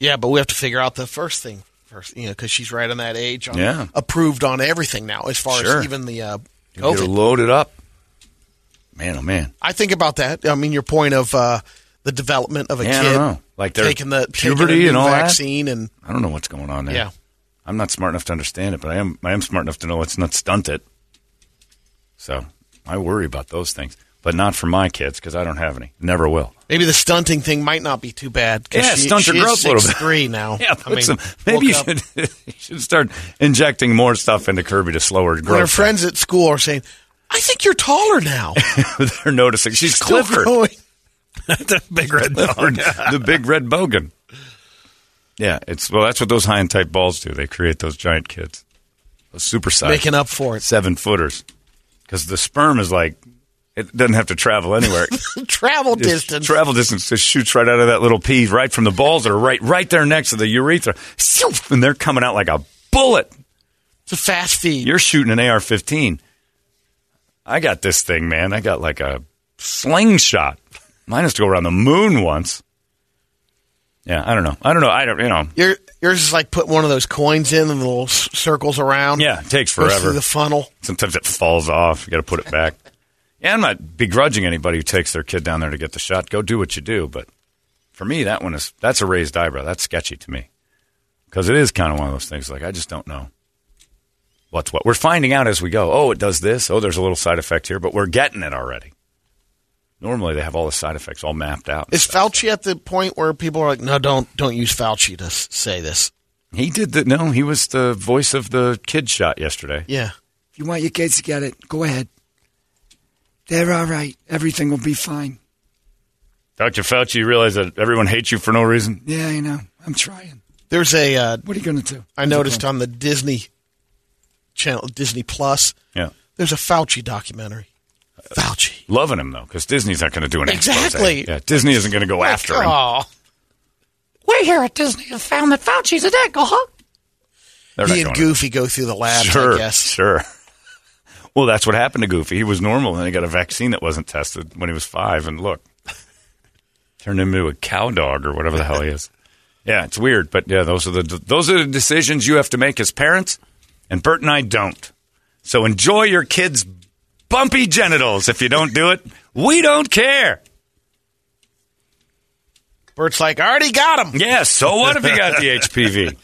Speaker 3: Yeah, but we have to figure out the first thing first, you know, because she's right on that age. On,
Speaker 1: Yeah.
Speaker 3: Approved on everything now, as far
Speaker 1: Sure.
Speaker 3: as even the uh,
Speaker 1: You get her
Speaker 3: COVID.
Speaker 1: loaded up. Man, oh, man.
Speaker 3: I think about that. I mean, your point of uh, the development of a
Speaker 1: Yeah, I
Speaker 3: kid,
Speaker 1: don't know. Like their
Speaker 3: taking the taking
Speaker 1: puberty
Speaker 3: a new
Speaker 1: and all that?
Speaker 3: vaccine, and
Speaker 1: I don't know what's going on there.
Speaker 3: Yeah.
Speaker 1: I'm not smart enough to understand it, but I am I am smart enough to know it's not stunted. So I worry about those things, but not for my kids because I don't have any. Never will.
Speaker 3: maybe the stunting thing might not be too bad. 'cause
Speaker 1: Yeah,
Speaker 3: she,
Speaker 1: stunt your
Speaker 3: she is
Speaker 1: growth a little bit.
Speaker 3: 6'3" now.
Speaker 1: Yeah,
Speaker 3: I
Speaker 1: put
Speaker 3: mean,
Speaker 1: some, maybe
Speaker 3: woke
Speaker 1: you
Speaker 3: up-
Speaker 1: should, you should start injecting more stuff into Kirby to slow her
Speaker 3: When her
Speaker 1: growth.
Speaker 3: friends at school are saying, "I think you're taller now."
Speaker 1: They're noticing she's
Speaker 3: Still
Speaker 1: Clifford,
Speaker 3: growing.
Speaker 4: Big red
Speaker 1: Clifford,
Speaker 4: dog.
Speaker 1: the big red bogan. Yeah, it's well, that's what those high and tight balls do. They create those giant kids, those supersized.
Speaker 3: making up for it.
Speaker 1: seven footers because the sperm is like it doesn't have to travel anywhere.
Speaker 3: Travel
Speaker 1: Just
Speaker 3: distance.
Speaker 1: travel distance just shoots right out of that little pea, right from the balls that are right right there next to the urethra, Shoof! and they're coming out like a bullet.
Speaker 3: it's a fast feed.
Speaker 1: You're shooting an AR-15. I got this thing, man. I got like a slingshot. Mine has to go around the moon once. Yeah, I don't know. I don't know. I don't. You know.
Speaker 3: Your, yours is like putting one of those coins in and the little s- circles around.
Speaker 1: Yeah, it takes
Speaker 3: Goes
Speaker 1: forever.
Speaker 3: through the funnel.
Speaker 1: Sometimes it falls off. You got to put it back. Yeah, I'm not begrudging anybody who takes their kid down there to get the shot. Go do what you do. But for me, that one is that's a raised eyebrow. That's sketchy to me because it is kind of one of those things. Like I just don't know what's what. We're finding out as we go. Oh, it does this. Oh, there's a little side effect here, but we're getting it already. Normally, they have all the side effects all mapped out. and
Speaker 3: Is
Speaker 1: stuff.
Speaker 3: Fauci at the point where people are like, "No, don't don't use Fauci to s- say this."
Speaker 1: he did the no. He was the voice of the kid shot yesterday.
Speaker 3: Yeah.
Speaker 7: If you want your kids to get it, go ahead. They're all right. Everything will be fine.
Speaker 1: Dr. Fauci, you realize that everyone hates you for no reason.
Speaker 7: Yeah, I know. I'm trying.
Speaker 3: There's a uh,
Speaker 7: What are you going to do?
Speaker 3: I noticed on the Disney channel, Disney Plus,
Speaker 1: Yeah.
Speaker 3: there's a Fauci documentary. Fauci.
Speaker 1: Loving him though, because Disney's not going to do an expose.
Speaker 3: Exactly.
Speaker 1: Yeah, Disney isn't going to go after him.
Speaker 3: Oh,
Speaker 7: We here at Disney have found that Fauci's a dick, uh-huh. huh?
Speaker 1: They're not
Speaker 3: he and
Speaker 1: going
Speaker 3: Goofy go through the labs.
Speaker 1: Sure,
Speaker 3: I guess.
Speaker 1: sure. Well, that's what happened to Goofy. He was normal, and then he got a vaccine that wasn't tested when he was five, and look, turned him into a cow dog or whatever the hell he is. Yeah, it's weird, but yeah, those are the those are the decisions you have to make as parents, and Bert and I don't. So enjoy your kids' bumpy genitals. If you don't do it, we don't care.
Speaker 3: Bert's like, I already got him.
Speaker 1: Yeah, so what if you got the HPV?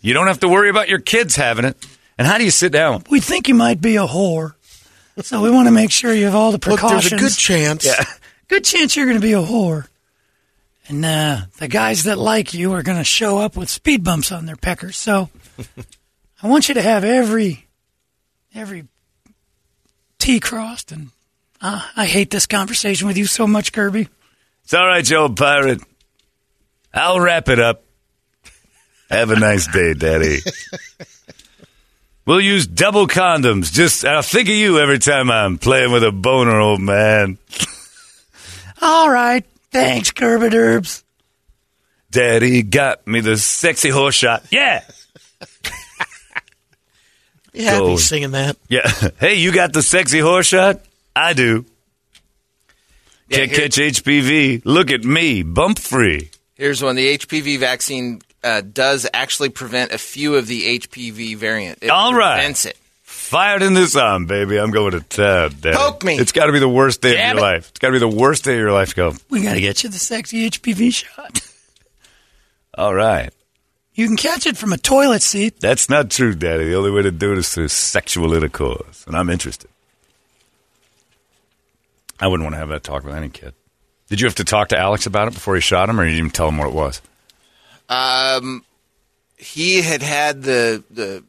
Speaker 1: You don't have to worry about your kids having it. And how do you sit down?
Speaker 7: We think you might be a whore. So we want to make sure you have all the
Speaker 3: Look,
Speaker 7: precautions.
Speaker 3: there's a good chance.
Speaker 7: good chance you're going to be a whore. And uh, the guys that like you are going to show up with speed bumps on their peckers. So I want you to have every every T crossed. And uh, I hate this conversation with you so much, Kirby.
Speaker 1: It's all right, Joe Pirate. I'll wrap it up. Have a nice day, Daddy. we'll use double condoms. Just I'll think of you every time I'm playing with a boner, old man.
Speaker 7: All right, thanks, Kirby Derbs.
Speaker 1: Daddy got me the sexy horse shot. Yeah.
Speaker 3: You had
Speaker 1: Go.
Speaker 3: me singing that.
Speaker 1: Yeah. Hey, you got the sexy horse shot? I do.
Speaker 6: Yeah,
Speaker 1: Can't
Speaker 6: here-
Speaker 1: catch HPV. Look at me, bump free.
Speaker 6: Here's one. The HPV vaccine uh, does actually prevent a few of the HPV variant. It
Speaker 1: All right.
Speaker 6: prevents it.
Speaker 1: Fired in this arm, baby. I'm going to town. Daddy.
Speaker 6: Poke me.
Speaker 1: It's got to be the worst day
Speaker 6: Damn
Speaker 1: of your
Speaker 6: it.
Speaker 1: life. It's got to be the worst day of your life. to Go.
Speaker 7: We got to get you the sexy HPV shot.
Speaker 1: All right.
Speaker 7: You can catch it from a toilet seat.
Speaker 1: That's not true, Daddy. The only way to do it is through sexual intercourse, and I'm interested. I wouldn't want to have that talk with any kid. Did you have to talk to Alex about it before he shot him, or you didn't even tell him what it was?
Speaker 6: Um, he had had the the.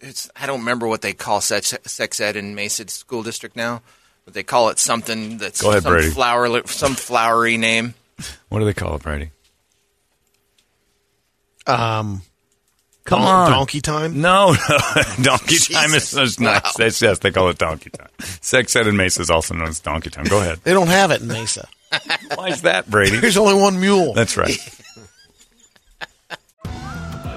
Speaker 6: It's I don't remember what they call sex, sex ed in Mesa School District now, but they call it something that's
Speaker 1: Go ahead,
Speaker 6: some
Speaker 1: Brady.
Speaker 6: flower some flowery name.
Speaker 1: What do they call it, Brady?
Speaker 3: Um,
Speaker 1: Come
Speaker 3: Don-
Speaker 1: on.
Speaker 3: Donkey Time.
Speaker 1: No, no. donkey time is, is
Speaker 6: Wow.
Speaker 1: nice. That's yes, they call it donkey time. Sex ed in Mesa is also known as donkey time. Go ahead.
Speaker 3: They don't have it in Mesa.
Speaker 1: Why's that, Brady?
Speaker 3: There's only one mule.
Speaker 1: That's right.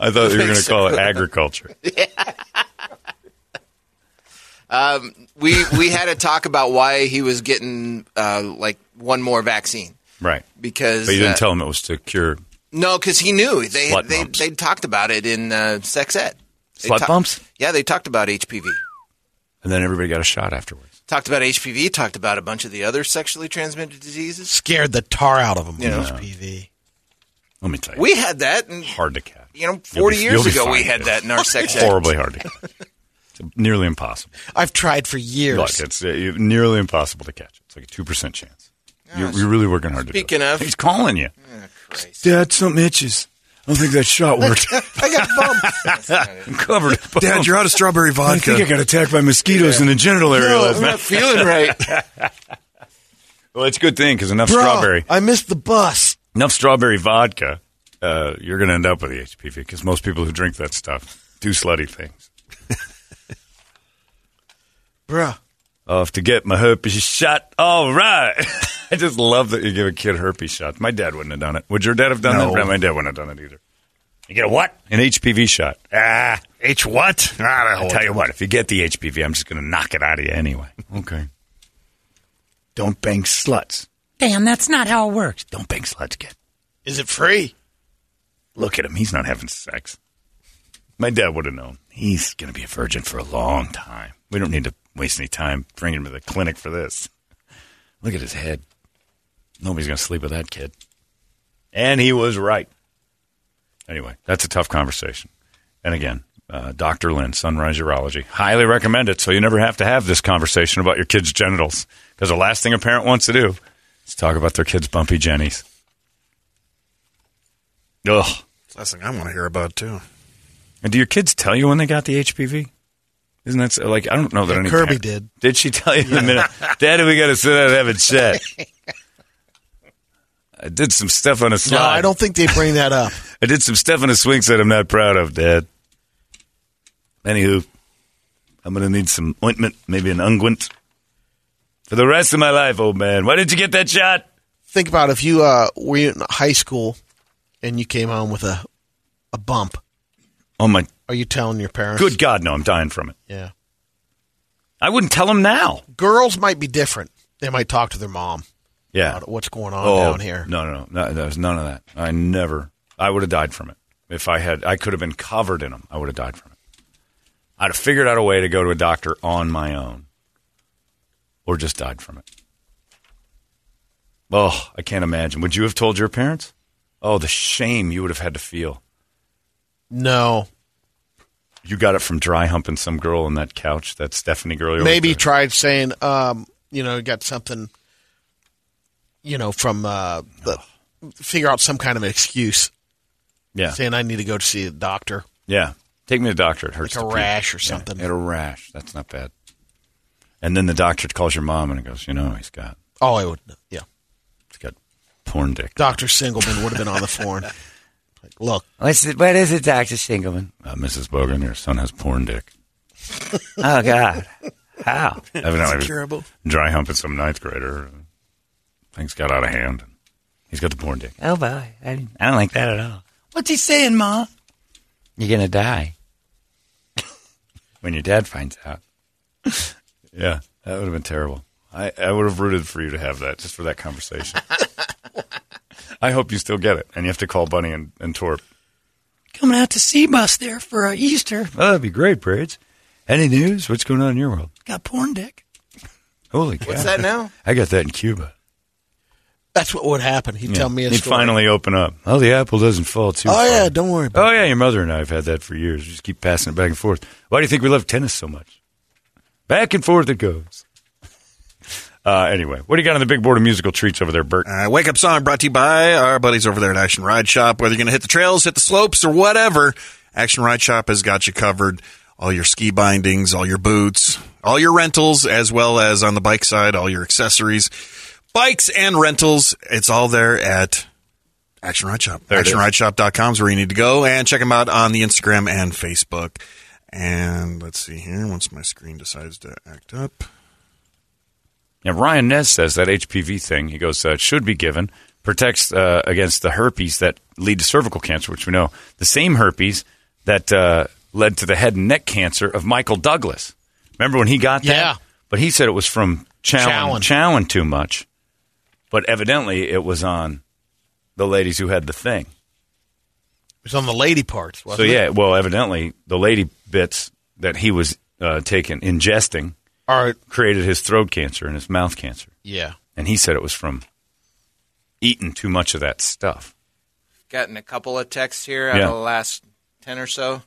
Speaker 1: I thought you were going to call it agriculture.
Speaker 6: Um, we we had a talk about why he was getting uh, like one more vaccine
Speaker 1: Right.
Speaker 6: because
Speaker 1: But you didn't
Speaker 6: uh,
Speaker 1: tell him it was to cure
Speaker 6: No, because he knew they
Speaker 1: Slut
Speaker 6: they
Speaker 1: bumps.
Speaker 6: they talked about it in uh, sex ed. They
Speaker 1: Slut
Speaker 6: ta-
Speaker 1: bumps?
Speaker 6: Yeah, they talked about HPV.
Speaker 1: and then everybody got a shot afterwards.
Speaker 6: Talked about HPV. Talked about a bunch of the other sexually transmitted diseases.
Speaker 3: Scared the tar out of him.
Speaker 6: You know.
Speaker 3: HPV.
Speaker 1: Let me tell you.
Speaker 6: We had that, and
Speaker 1: hard to catch.
Speaker 6: you know,
Speaker 1: You'll be-
Speaker 6: forty
Speaker 1: you'll
Speaker 6: years
Speaker 1: be
Speaker 6: ago we
Speaker 1: fine.
Speaker 6: had that in our sex ed.
Speaker 1: Horribly hard to catch. It's nearly impossible.
Speaker 3: I've tried for years.
Speaker 1: Look, it's uh, nearly impossible to catch. It's like a 2% chance. You're, you're really working hard to do
Speaker 6: Speaking of,
Speaker 1: it. He's calling you. Dad, something itches. I don't think that shot worked.
Speaker 3: I got bumped.
Speaker 1: I'm covered.
Speaker 4: Dad, you're out of strawberry
Speaker 1: I
Speaker 4: vodka.
Speaker 1: think I got attacked by mosquitoes in the genital area
Speaker 3: No,
Speaker 1: last
Speaker 3: I'm
Speaker 1: night.
Speaker 3: not feeling right.
Speaker 1: Well, it's a good thing because enough
Speaker 3: Bro,
Speaker 1: strawberry,
Speaker 3: I missed the bus.
Speaker 1: enough strawberry vodka, uh, you're going to end up with the HPV because most people who drink that stuff do slutty things.
Speaker 3: Bruh.
Speaker 1: Off to get my herpes shot. All right. I just love that you give a kid herpes shots. My dad wouldn't have done it. Would your dad have done
Speaker 4: No.
Speaker 1: that? My dad wouldn't have done it either. You get a what? An HPV shot. Ah, H what? I will tell you what. If you get the HPV, I'm just going to knock it out of you anyway. Okay. Don't bang sluts. Damn, that's not how it works. Don't bang sluts, kid.
Speaker 3: Is it free?
Speaker 1: Look at him. He's not having sex. My dad would have known. He's going to be a virgin for a long time. We don't need to waste any time bringing him to the clinic for this. Look at his head. Nobody's going to sleep with that kid. And he was right. Anyway, that's a tough conversation. And again, uh, Dr. Lynn, Sunrise Urology, highly recommend it so you never have to have this conversation about your kid's genitals. Because the last thing a parent wants to do is talk about their kid's bumpy jennies. Ugh.
Speaker 4: It's the last thing I want to hear about too.
Speaker 1: And do your kids tell you when they got the HPV? Isn't that so, like I don't know that
Speaker 3: Yeah,
Speaker 1: any
Speaker 3: Kirby
Speaker 1: parent-
Speaker 3: did.
Speaker 1: Did she tell you the minute, Daddy? We got to sit down and have a chat. I did some stuff on a slide.
Speaker 3: No, I don't think they bring that up.
Speaker 1: I did some stuff on a swing set. I'm not proud of, Dad. Anywho, I'm gonna need some ointment, maybe an unguent, for the rest of my life, old man. Why did you get that shot?
Speaker 3: Think about if you uh, were in high school and you came home with a a bump.
Speaker 1: Oh my
Speaker 3: Are you telling your parents?
Speaker 1: good God, no! I'm dying from it.
Speaker 3: Yeah.
Speaker 1: I wouldn't tell them now.
Speaker 3: Girls might be different. They might talk to their mom
Speaker 1: Yeah,
Speaker 3: about what's going on down here.
Speaker 1: Oh, No, no, no, no. There was none of that. I never. I would have died from it if I had. I could have been covered in them. I would have died from it. I'd have figured out a way to go to a doctor on my own, or just died from it. Oh, I can't imagine. Would you have told your parents? Oh, the shame you would have had to feel.
Speaker 3: No.
Speaker 1: You got it from dry humping some girl on that couch, that Stephanie girl. you always
Speaker 3: Maybe
Speaker 1: said.
Speaker 3: tried saying, um, you know, got something, you know, from uh, the, figure out some kind of excuse
Speaker 1: Oh. yeah,
Speaker 3: saying I need to go to see a doctor.
Speaker 1: yeah. Take me to the doctor. It hurts
Speaker 3: Like a
Speaker 1: to pee.
Speaker 3: rash or
Speaker 1: Yeah,
Speaker 3: something.
Speaker 1: I had a rash. That's not bad. And then the doctor calls your mom and goes, you know, he's got
Speaker 3: Oh, I would. Yeah.
Speaker 1: he's got porn dick.
Speaker 3: Dr. Singleman would have been on the phone. Like, look,
Speaker 8: What's it, what is it, Dr. Singleman?
Speaker 1: Uh, Mrs. Bogan, your son has porn dick.
Speaker 8: Oh, God. How?
Speaker 1: Evidently,
Speaker 8: Is it
Speaker 1: he
Speaker 8: curable?
Speaker 1: Dry humping some ninth grader. Things got out of hand. He's got the porn dick.
Speaker 8: Oh, boy. I, didn't- I don't like that at all.
Speaker 7: What's he saying, Ma?
Speaker 8: You're going to die.
Speaker 1: When your dad finds out. yeah, that would have been terrible. I, I would have rooted for you to have that just for that conversation. I hope you still get it. And you have to call Bunny and, and Torp.
Speaker 7: Coming out to sea bus there for uh, Easter.
Speaker 1: Oh, that'd be great, Braids. Any news? What's going on in your world?
Speaker 7: Got porn dick.
Speaker 1: Holy cow.
Speaker 6: What's that now?
Speaker 1: I got that in Cuba.
Speaker 3: that's what would happen. He'd tell me a
Speaker 1: He'd
Speaker 3: story.
Speaker 1: finally open up. Oh, the apple doesn't fall too
Speaker 3: oh,
Speaker 1: far.
Speaker 3: yeah, don't worry.
Speaker 1: Oh, yeah, your mother and I have had that for years. We just keep passing it back and forth. Why do you think we love tennis so much? Back and forth it goes. Uh, anyway, what do you got on the big board of musical treats over there, Bert?
Speaker 4: Uh, wake up song brought to you by our buddies over there at Action Ride Shop. Whether you're going to hit the trails, hit the slopes, or whatever, Action Ride Shop has got you covered. All your ski bindings, all your boots, all your rentals, as well as on the bike side, all your accessories, bikes and rentals. It's all there at Action Ride Shop.
Speaker 1: There it is.
Speaker 4: ActionRideShop.com is where you need to go and check them out on the Instagram and Facebook. And let's see here. Once my screen decides to act up.
Speaker 1: Yeah, Ryan Nez says that HPV thing, he goes, uh, it should be given, protects uh, against the herpes that lead to cervical cancer, which we know, the same herpes that uh, led to the head and neck cancer of Michael Douglas. Remember when he got that? Yeah. But he said it was from chowing,
Speaker 3: Chowing.
Speaker 1: chowing too much. But evidently it was on the ladies who had the thing.
Speaker 3: It's on the lady parts.
Speaker 1: so,
Speaker 3: Wasn't
Speaker 1: yeah,
Speaker 3: it?
Speaker 1: well, evidently the lady bits that he was uh, taking, ingesting,
Speaker 3: Are-
Speaker 1: created his throat cancer and his mouth cancer.
Speaker 3: yeah.
Speaker 1: And he said it was from eating too much of that stuff.
Speaker 6: Gotten a couple of texts here out
Speaker 1: Yeah.
Speaker 6: of the last 10 or so.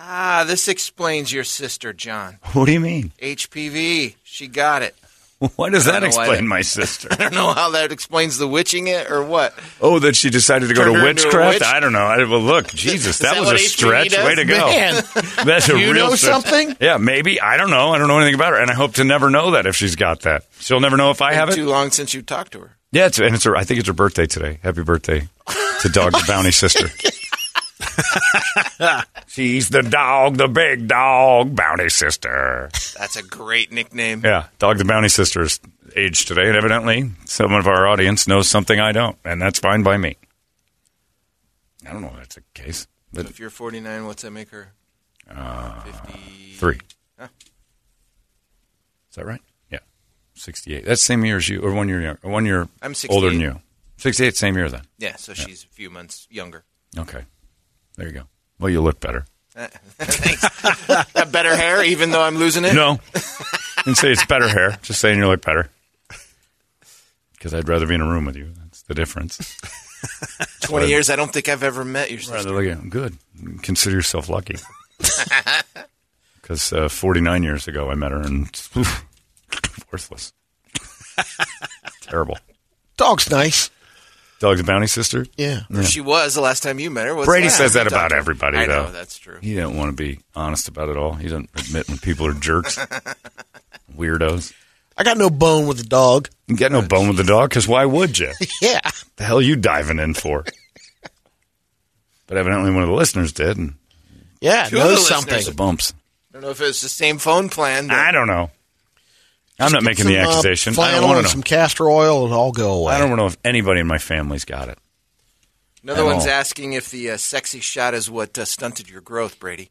Speaker 6: Ah, this explains your sister, John.
Speaker 1: What do you mean?
Speaker 6: HPV. She got it.
Speaker 1: Why does
Speaker 6: I don't
Speaker 1: that
Speaker 6: know why
Speaker 1: explain
Speaker 6: that-
Speaker 1: my sister?
Speaker 6: I don't know how that explains the witching it or what.
Speaker 1: Oh, that she decided to go
Speaker 6: Turn
Speaker 1: to
Speaker 6: her into a
Speaker 1: witchcraft?
Speaker 6: witch?
Speaker 1: I don't know. I, well, look, Jesus,
Speaker 6: Is
Speaker 1: that,
Speaker 6: that
Speaker 1: was
Speaker 6: what
Speaker 1: a
Speaker 6: HPV
Speaker 1: stretch.
Speaker 6: does?
Speaker 1: Way to go.
Speaker 6: Man.
Speaker 1: That's a
Speaker 6: You
Speaker 1: real
Speaker 6: know
Speaker 1: stretch.
Speaker 6: something?
Speaker 1: Yeah, maybe. I don't know. I don't know anything about her. And I hope to never know that if she's got that. She'll never know if I
Speaker 6: Been
Speaker 1: have it.
Speaker 6: too long since you talked to her.
Speaker 1: Yeah, it's, and it's her, I think it's her birthday today. Happy birthday to Dog the Bounty Sister. She's the dog, the big dog, Bounty Sister.
Speaker 6: That's a great nickname.
Speaker 1: Yeah, Dog the Bounty Sister is aged today, and evidently some of our audience knows something I don't, and that's fine by me. I don't know if that's the case. But
Speaker 6: If you're 49, what's that make her?
Speaker 1: uh,
Speaker 6: 50.
Speaker 1: three.
Speaker 6: Huh?
Speaker 1: Is that right? Yeah, sixty-eight. That's the same year as you, or one year younger, or one year
Speaker 6: I'm 68.
Speaker 1: older than you. Sixty-eight, same year then.
Speaker 6: Yeah, so she's a few months younger.
Speaker 1: Okay, there you go. Well, you look better.
Speaker 6: Uh, Thanks. Got better hair, even though I'm losing it.
Speaker 1: No. Didn't say it's better hair. Just saying you look better. Because I'd rather be in a room with you. That's the difference.
Speaker 6: 20 years, I don't think I've ever met your
Speaker 1: Rather
Speaker 6: sister.
Speaker 1: look at good. Consider yourself lucky. Because uh, 49 years ago I met her and oof, worthless. Terrible.
Speaker 3: Dog's nice.
Speaker 1: Dog's bounty sister?
Speaker 3: Yeah.
Speaker 1: Mm.
Speaker 6: Or She was the last time you met her. What's
Speaker 1: Brady
Speaker 6: that?
Speaker 1: says that
Speaker 6: You
Speaker 1: about
Speaker 6: talked to her.
Speaker 1: everybody,
Speaker 6: I
Speaker 1: though.
Speaker 6: know, that's true.
Speaker 1: He didn't want to be honest about it all. He doesn't admit when people are jerks, weirdos.
Speaker 3: I got no bone with the dog.
Speaker 1: You get
Speaker 6: Oh,
Speaker 1: no bone with the dog because why would you?
Speaker 3: Yeah.
Speaker 1: the hell you diving in for? but evidently one of the listeners did and
Speaker 3: Yeah.
Speaker 6: Two of the
Speaker 3: Knows
Speaker 6: listeners
Speaker 3: something.
Speaker 1: the bumps.
Speaker 6: I don't know if it's the same phone plan. But
Speaker 1: I don't know. I'm not making
Speaker 3: Some,
Speaker 1: the
Speaker 3: uh,
Speaker 1: accusation. I don't
Speaker 3: flannel
Speaker 1: want
Speaker 3: and
Speaker 1: to know.
Speaker 3: Some castor oil, it'll all go away.
Speaker 1: I don't know if anybody in my family's got it.
Speaker 6: Another
Speaker 1: At
Speaker 6: one's
Speaker 1: all.
Speaker 6: asking if the uh, sexy shot is what uh, stunted your growth, Brady.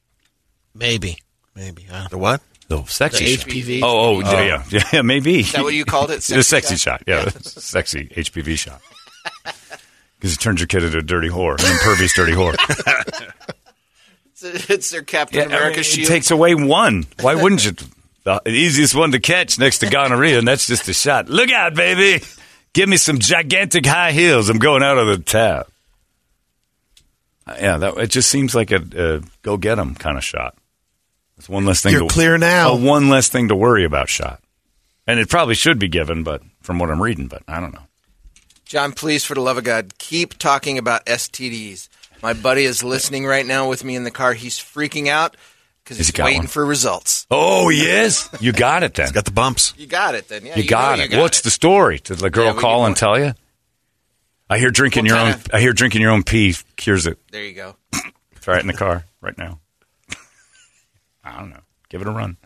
Speaker 3: Maybe. Maybe. I don't
Speaker 4: The what?
Speaker 1: The sexy
Speaker 6: The
Speaker 1: shot.
Speaker 6: HPV?
Speaker 1: Oh, oh,
Speaker 6: Oh.
Speaker 1: yeah, yeah, yeah, maybe.
Speaker 6: Is that what you called it?
Speaker 1: the
Speaker 6: Sexy
Speaker 1: sexy shot.
Speaker 6: shot?
Speaker 1: Yeah, the sexy HPV shot. Because it turns your kid into a dirty whore, an impervious dirty whore.
Speaker 6: It's, it's their Captain
Speaker 1: Yeah, I mean,
Speaker 6: America
Speaker 1: it
Speaker 6: shield.
Speaker 1: takes away one. Why wouldn't you? The easiest one to catch next to gonorrhea, and that's just a shot. Look out, baby! Give me some gigantic high heels. I'm going out of the town. Uh, Yeah, that, it just seems like a, uh go get 'em kind of shot. It's one less thing.
Speaker 3: You're
Speaker 1: to,
Speaker 3: clear now.
Speaker 1: A one less thing to worry about shot, and it probably should be given, but from what I'm reading, but I don't know.
Speaker 6: John, please, for the love of God, keep talking about STDs. My buddy is listening right now with me in the car. He's freaking out because
Speaker 1: Has
Speaker 6: he's
Speaker 1: he got
Speaker 6: waiting
Speaker 1: one?
Speaker 6: for results.
Speaker 1: Oh yes, you got it then.
Speaker 4: Got the bumps.
Speaker 6: You got it then. Yeah,
Speaker 1: you,
Speaker 6: know
Speaker 1: got it. What's the story? Did the girl
Speaker 6: we
Speaker 1: call
Speaker 6: get
Speaker 1: and tell you? I hear drinking
Speaker 6: We'll
Speaker 1: your
Speaker 6: try
Speaker 1: own. I hear drinking your own pee cures it.
Speaker 6: There you go.
Speaker 1: Try it in the car right now. I don't know. Give it a run.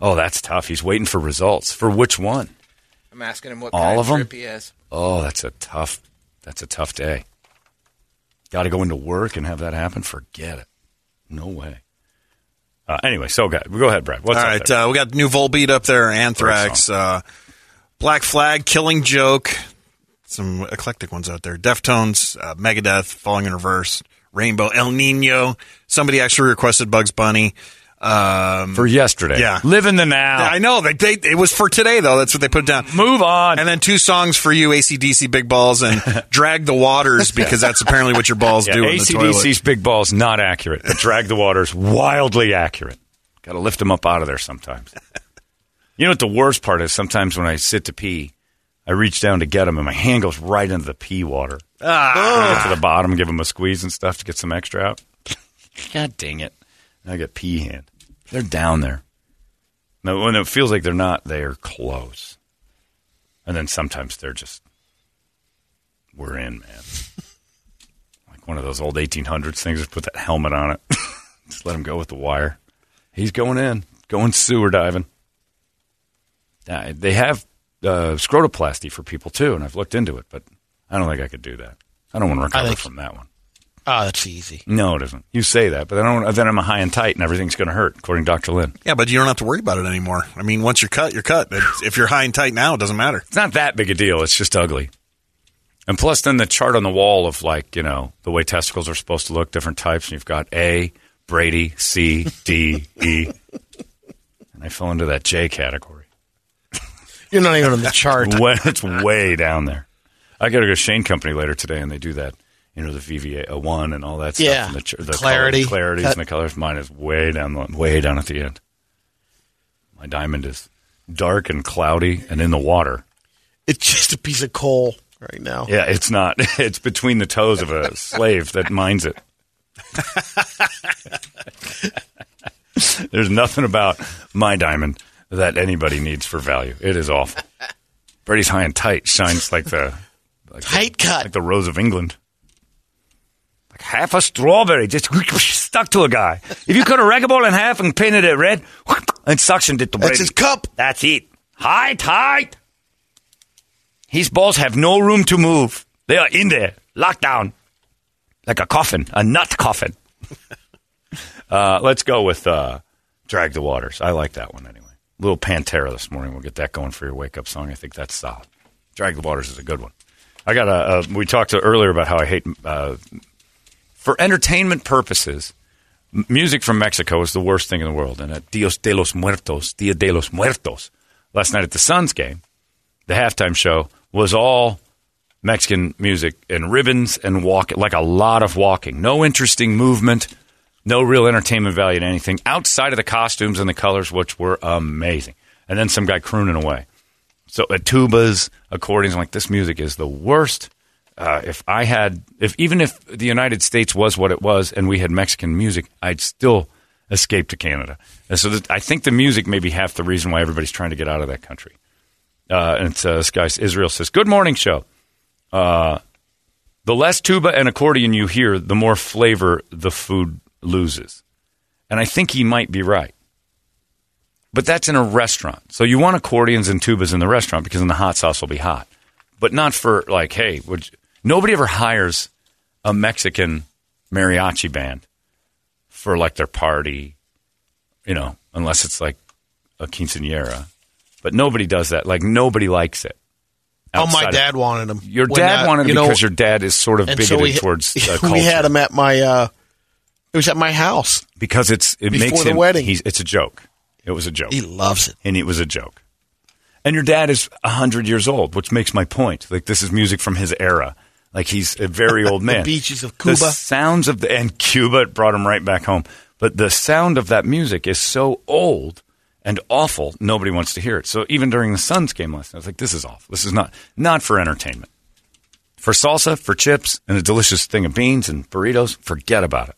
Speaker 1: Oh, that's tough. He's waiting for results for which one?
Speaker 6: I'm asking him what
Speaker 1: All
Speaker 6: kind
Speaker 1: of 'em?
Speaker 6: trip he has.
Speaker 1: Oh, that's a tough. That's a tough day. Got to go into work and have that happen. Forget it. No way. Uh, anyway, so go, go ahead, Brad. What's
Speaker 4: All
Speaker 1: up
Speaker 4: right,
Speaker 1: there?
Speaker 4: uh, we got new Volbeat up there, Anthrax, uh, Black Flag, Killing Joke, some eclectic ones out there. Deftones, uh, Megadeth, Falling in Reverse, Rainbow, El Nino. Somebody actually requested Bugs Bunny. Um,
Speaker 1: for yesterday.
Speaker 4: yeah.
Speaker 1: live in the now.
Speaker 4: I know they, they. It was for today though. That's what they put down.
Speaker 1: Move on.
Speaker 4: And then two songs for you: ACDC, Big Balls, and Drag the Waters, because that's apparently what your balls
Speaker 1: Yeah,
Speaker 4: do in the toilet.
Speaker 1: ACDC's big ball's not accurate. But drag the water's wildly accurate. Got to lift them up out of there sometimes. You know what the worst part is? Sometimes when I sit to pee, I reach down to get them, and my hand goes right into the pee water.
Speaker 4: Ah.
Speaker 1: I get to the bottom, give them a squeeze and stuff to get some extra out. God dang it! I get pee hand. They're down there. No, when it feels like they're not, they are close. And then sometimes they're just, we're in, man. like one of those old 1800s things. Just put that helmet on it. just let him go with the wire. He's going in, going sewer diving. Uh, they have uh, scrotoplasty for people too, and I've looked into it, but I don't think I could do that. I don't want to
Speaker 3: I
Speaker 1: recover
Speaker 3: think-
Speaker 1: from that one.
Speaker 3: Oh, that's easy.
Speaker 1: No, it isn't. You say that, but then, I don't, then I'm a high and tight, and everything's going to hurt, according to Dr. Lynn.
Speaker 4: Yeah, but you don't have to worry about it anymore. I mean, once you're cut, you're cut. It's- if you're high and tight now, it doesn't matter.
Speaker 1: It's not that big a deal. It's just ugly. And plus, then the chart on the wall of like, you know, the way testicles are supposed to look, different types. And you've got A, Brady, C, D, E. And I fell into that J category.
Speaker 3: You're not even on the chart.
Speaker 1: Way- it's way down there. I got to go to Shane Company later today, and they do that, you know, the VVA uh, one and all that stuff.
Speaker 3: Yeah.
Speaker 1: And the, ch- the
Speaker 3: Clarity.
Speaker 1: Color, clarities
Speaker 3: Cut.
Speaker 1: and the colors. Mine is way down, the- way down at the end. My diamond is dark and cloudy and in the water.
Speaker 3: It's just a piece of coal right now.
Speaker 1: Yeah, it's not. It's between the toes of a slave that mines it. There's nothing about my diamond that anybody needs for value. It is awful. Brady's high and tight shines like the like tight cut, like the rose of England. Like half a strawberry just stuck to a guy. If you cut a rag ball in half and painted it red and suctioned it to Brady,
Speaker 9: That's his
Speaker 1: cup. That's it. High tight. His balls have no room to move. They are in there, locked down, like a coffin, a nut coffin. uh, let's go with uh, Drag the Waters. I like that one anyway. Little Pantera this morning. We'll get that going for your wake up song. I think that's solid. Drag the Waters is a good one. I got a. a we talked earlier about how I hate. Uh, for entertainment purposes, m- music from Mexico is the worst thing in the world. And at Dios de los Muertos, Dia de los Muertos, last night at the Suns game, the halftime show was all Mexican music and ribbons and walk like a lot of walking. No interesting movement, no real entertainment value to anything outside of the costumes and the colors, which were amazing. And then some guy crooning away. So uh, tubas, accordions, I'm like this music is the worst. Uh, if I had, if even if the United States was what it was, and we had Mexican music, I'd still escape to Canada. And so that I think the music may be half the reason why everybody's trying to get out of that country. Uh, and it's, uh, this guy, Israel says, Good morning, show. Uh, the less tuba and accordion you hear, the more flavor the food loses. And I think he might be right. But that's in a restaurant. So you want accordions and tubas in the restaurant because then the hot sauce will be hot. But not for like, hey, would you- nobody ever hires a Mexican mariachi band for like their party, you know, unless it's like a quinceanera. But nobody does that. Like nobody likes it.
Speaker 3: Oh, my
Speaker 1: Outside of-
Speaker 3: dad wanted him.
Speaker 1: Your
Speaker 3: When
Speaker 1: dad
Speaker 3: I-
Speaker 1: wanted him
Speaker 3: you know,
Speaker 1: because your dad is sort of
Speaker 3: and
Speaker 1: bigoted
Speaker 3: so we,
Speaker 1: towards uh, culture.
Speaker 3: We had him at my. Uh, it was at my house.
Speaker 1: because it's it
Speaker 3: Before
Speaker 1: makes
Speaker 3: the
Speaker 1: him,
Speaker 3: wedding.
Speaker 1: He's, it's a joke. It was a joke. He loves it, and it was a joke. And your dad is hundred years old, which makes my point. Like this is music from his era. Like he's a very old
Speaker 3: The
Speaker 1: man.
Speaker 3: beaches of
Speaker 1: The
Speaker 3: Cuba.
Speaker 1: sounds of the and Cuba it brought him right back home. But the sound of that music is so old and awful. Nobody wants to hear it. So even during the Suns game last night, I was like, "This is awful. This is not not for entertainment. For salsa, for chips, and a delicious thing of beans and burritos. Forget about it.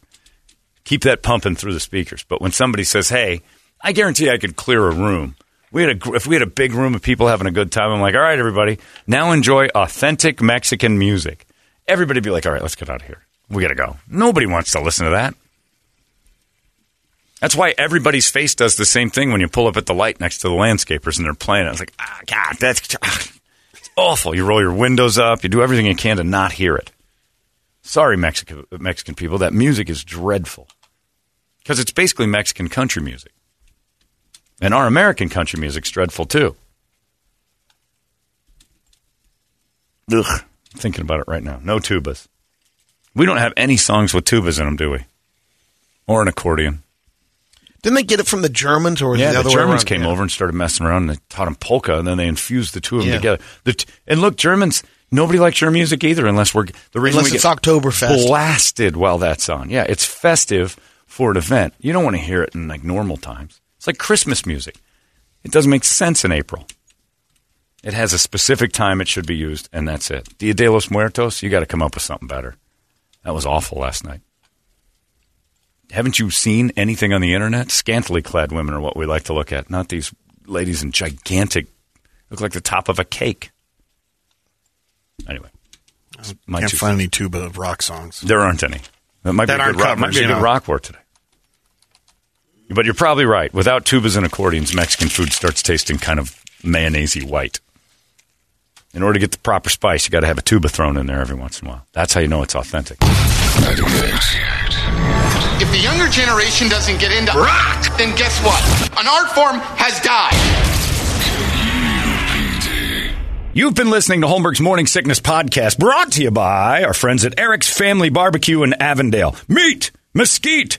Speaker 1: Keep that pumping through the speakers. But when somebody says, "Hey," I guarantee I could clear a room. We had a gr- if we had a big room of people having a good time. I'm like, all right, everybody, now enjoy authentic Mexican music. Everybody be like, all right, let's get out of here. We gotta go. Nobody wants to listen to that. That's why everybody's face does the same thing when you pull up at the light next to the landscapers and they're playing. it. It's like, ah, God, that's it's awful. You roll your windows up. You do everything you can to not hear it. Sorry, Mexican Mexican people, that music is dreadful because it's basically Mexican country music. And our American country music's dreadful too. Ugh. Thinking about it right now. No tubas. We don't have any songs with tubas in them, do we? Or an accordion.
Speaker 3: Didn't they get it from the Germans or was it
Speaker 1: Yeah,
Speaker 3: the
Speaker 1: the,
Speaker 3: other way
Speaker 1: Germans
Speaker 3: around?
Speaker 1: came over and started messing around and they taught them polka, and then they infused the two of them
Speaker 3: Yeah.
Speaker 1: together. The t- and look, Germans, nobody likes your music either unless we're the reason
Speaker 3: Unless
Speaker 1: we
Speaker 3: it's
Speaker 1: get
Speaker 3: Oktoberfest.
Speaker 1: blasted while that's on. Yeah, it's festive for an event. You don't want to hear it in like normal times. It's like Christmas music. It doesn't make sense in April. It has a specific time it should be used, and that's it. Dia de los Muertos, you got to come up with something better. That was awful last night. Haven't you seen anything on the internet? Scantily clad women are what we like to look at, not these ladies in gigantic, look like the top of a cake. Anyway, my
Speaker 4: Can't
Speaker 1: two
Speaker 4: find
Speaker 1: cents.
Speaker 4: any tuba of rock songs.
Speaker 1: there aren't any. That might
Speaker 4: That
Speaker 1: be a
Speaker 4: aren't
Speaker 1: good, rock,
Speaker 4: covers,
Speaker 1: might be a
Speaker 4: you
Speaker 1: good
Speaker 4: know.
Speaker 1: rock war today. But you're probably right. Without tubas and accordions, Mexican food starts tasting kind of mayonnaisey white. In order to get the proper spice, you got to have a tuba thrown in there every once in a while. That's how you know it's authentic.
Speaker 9: If the younger generation doesn't get into rock, then guess what? An art form has died.
Speaker 1: You've been listening to Holmberg's Morning Sickness Podcast, brought to you by our friends at Eric's Family Barbecue in Avondale. Meet, mesquite,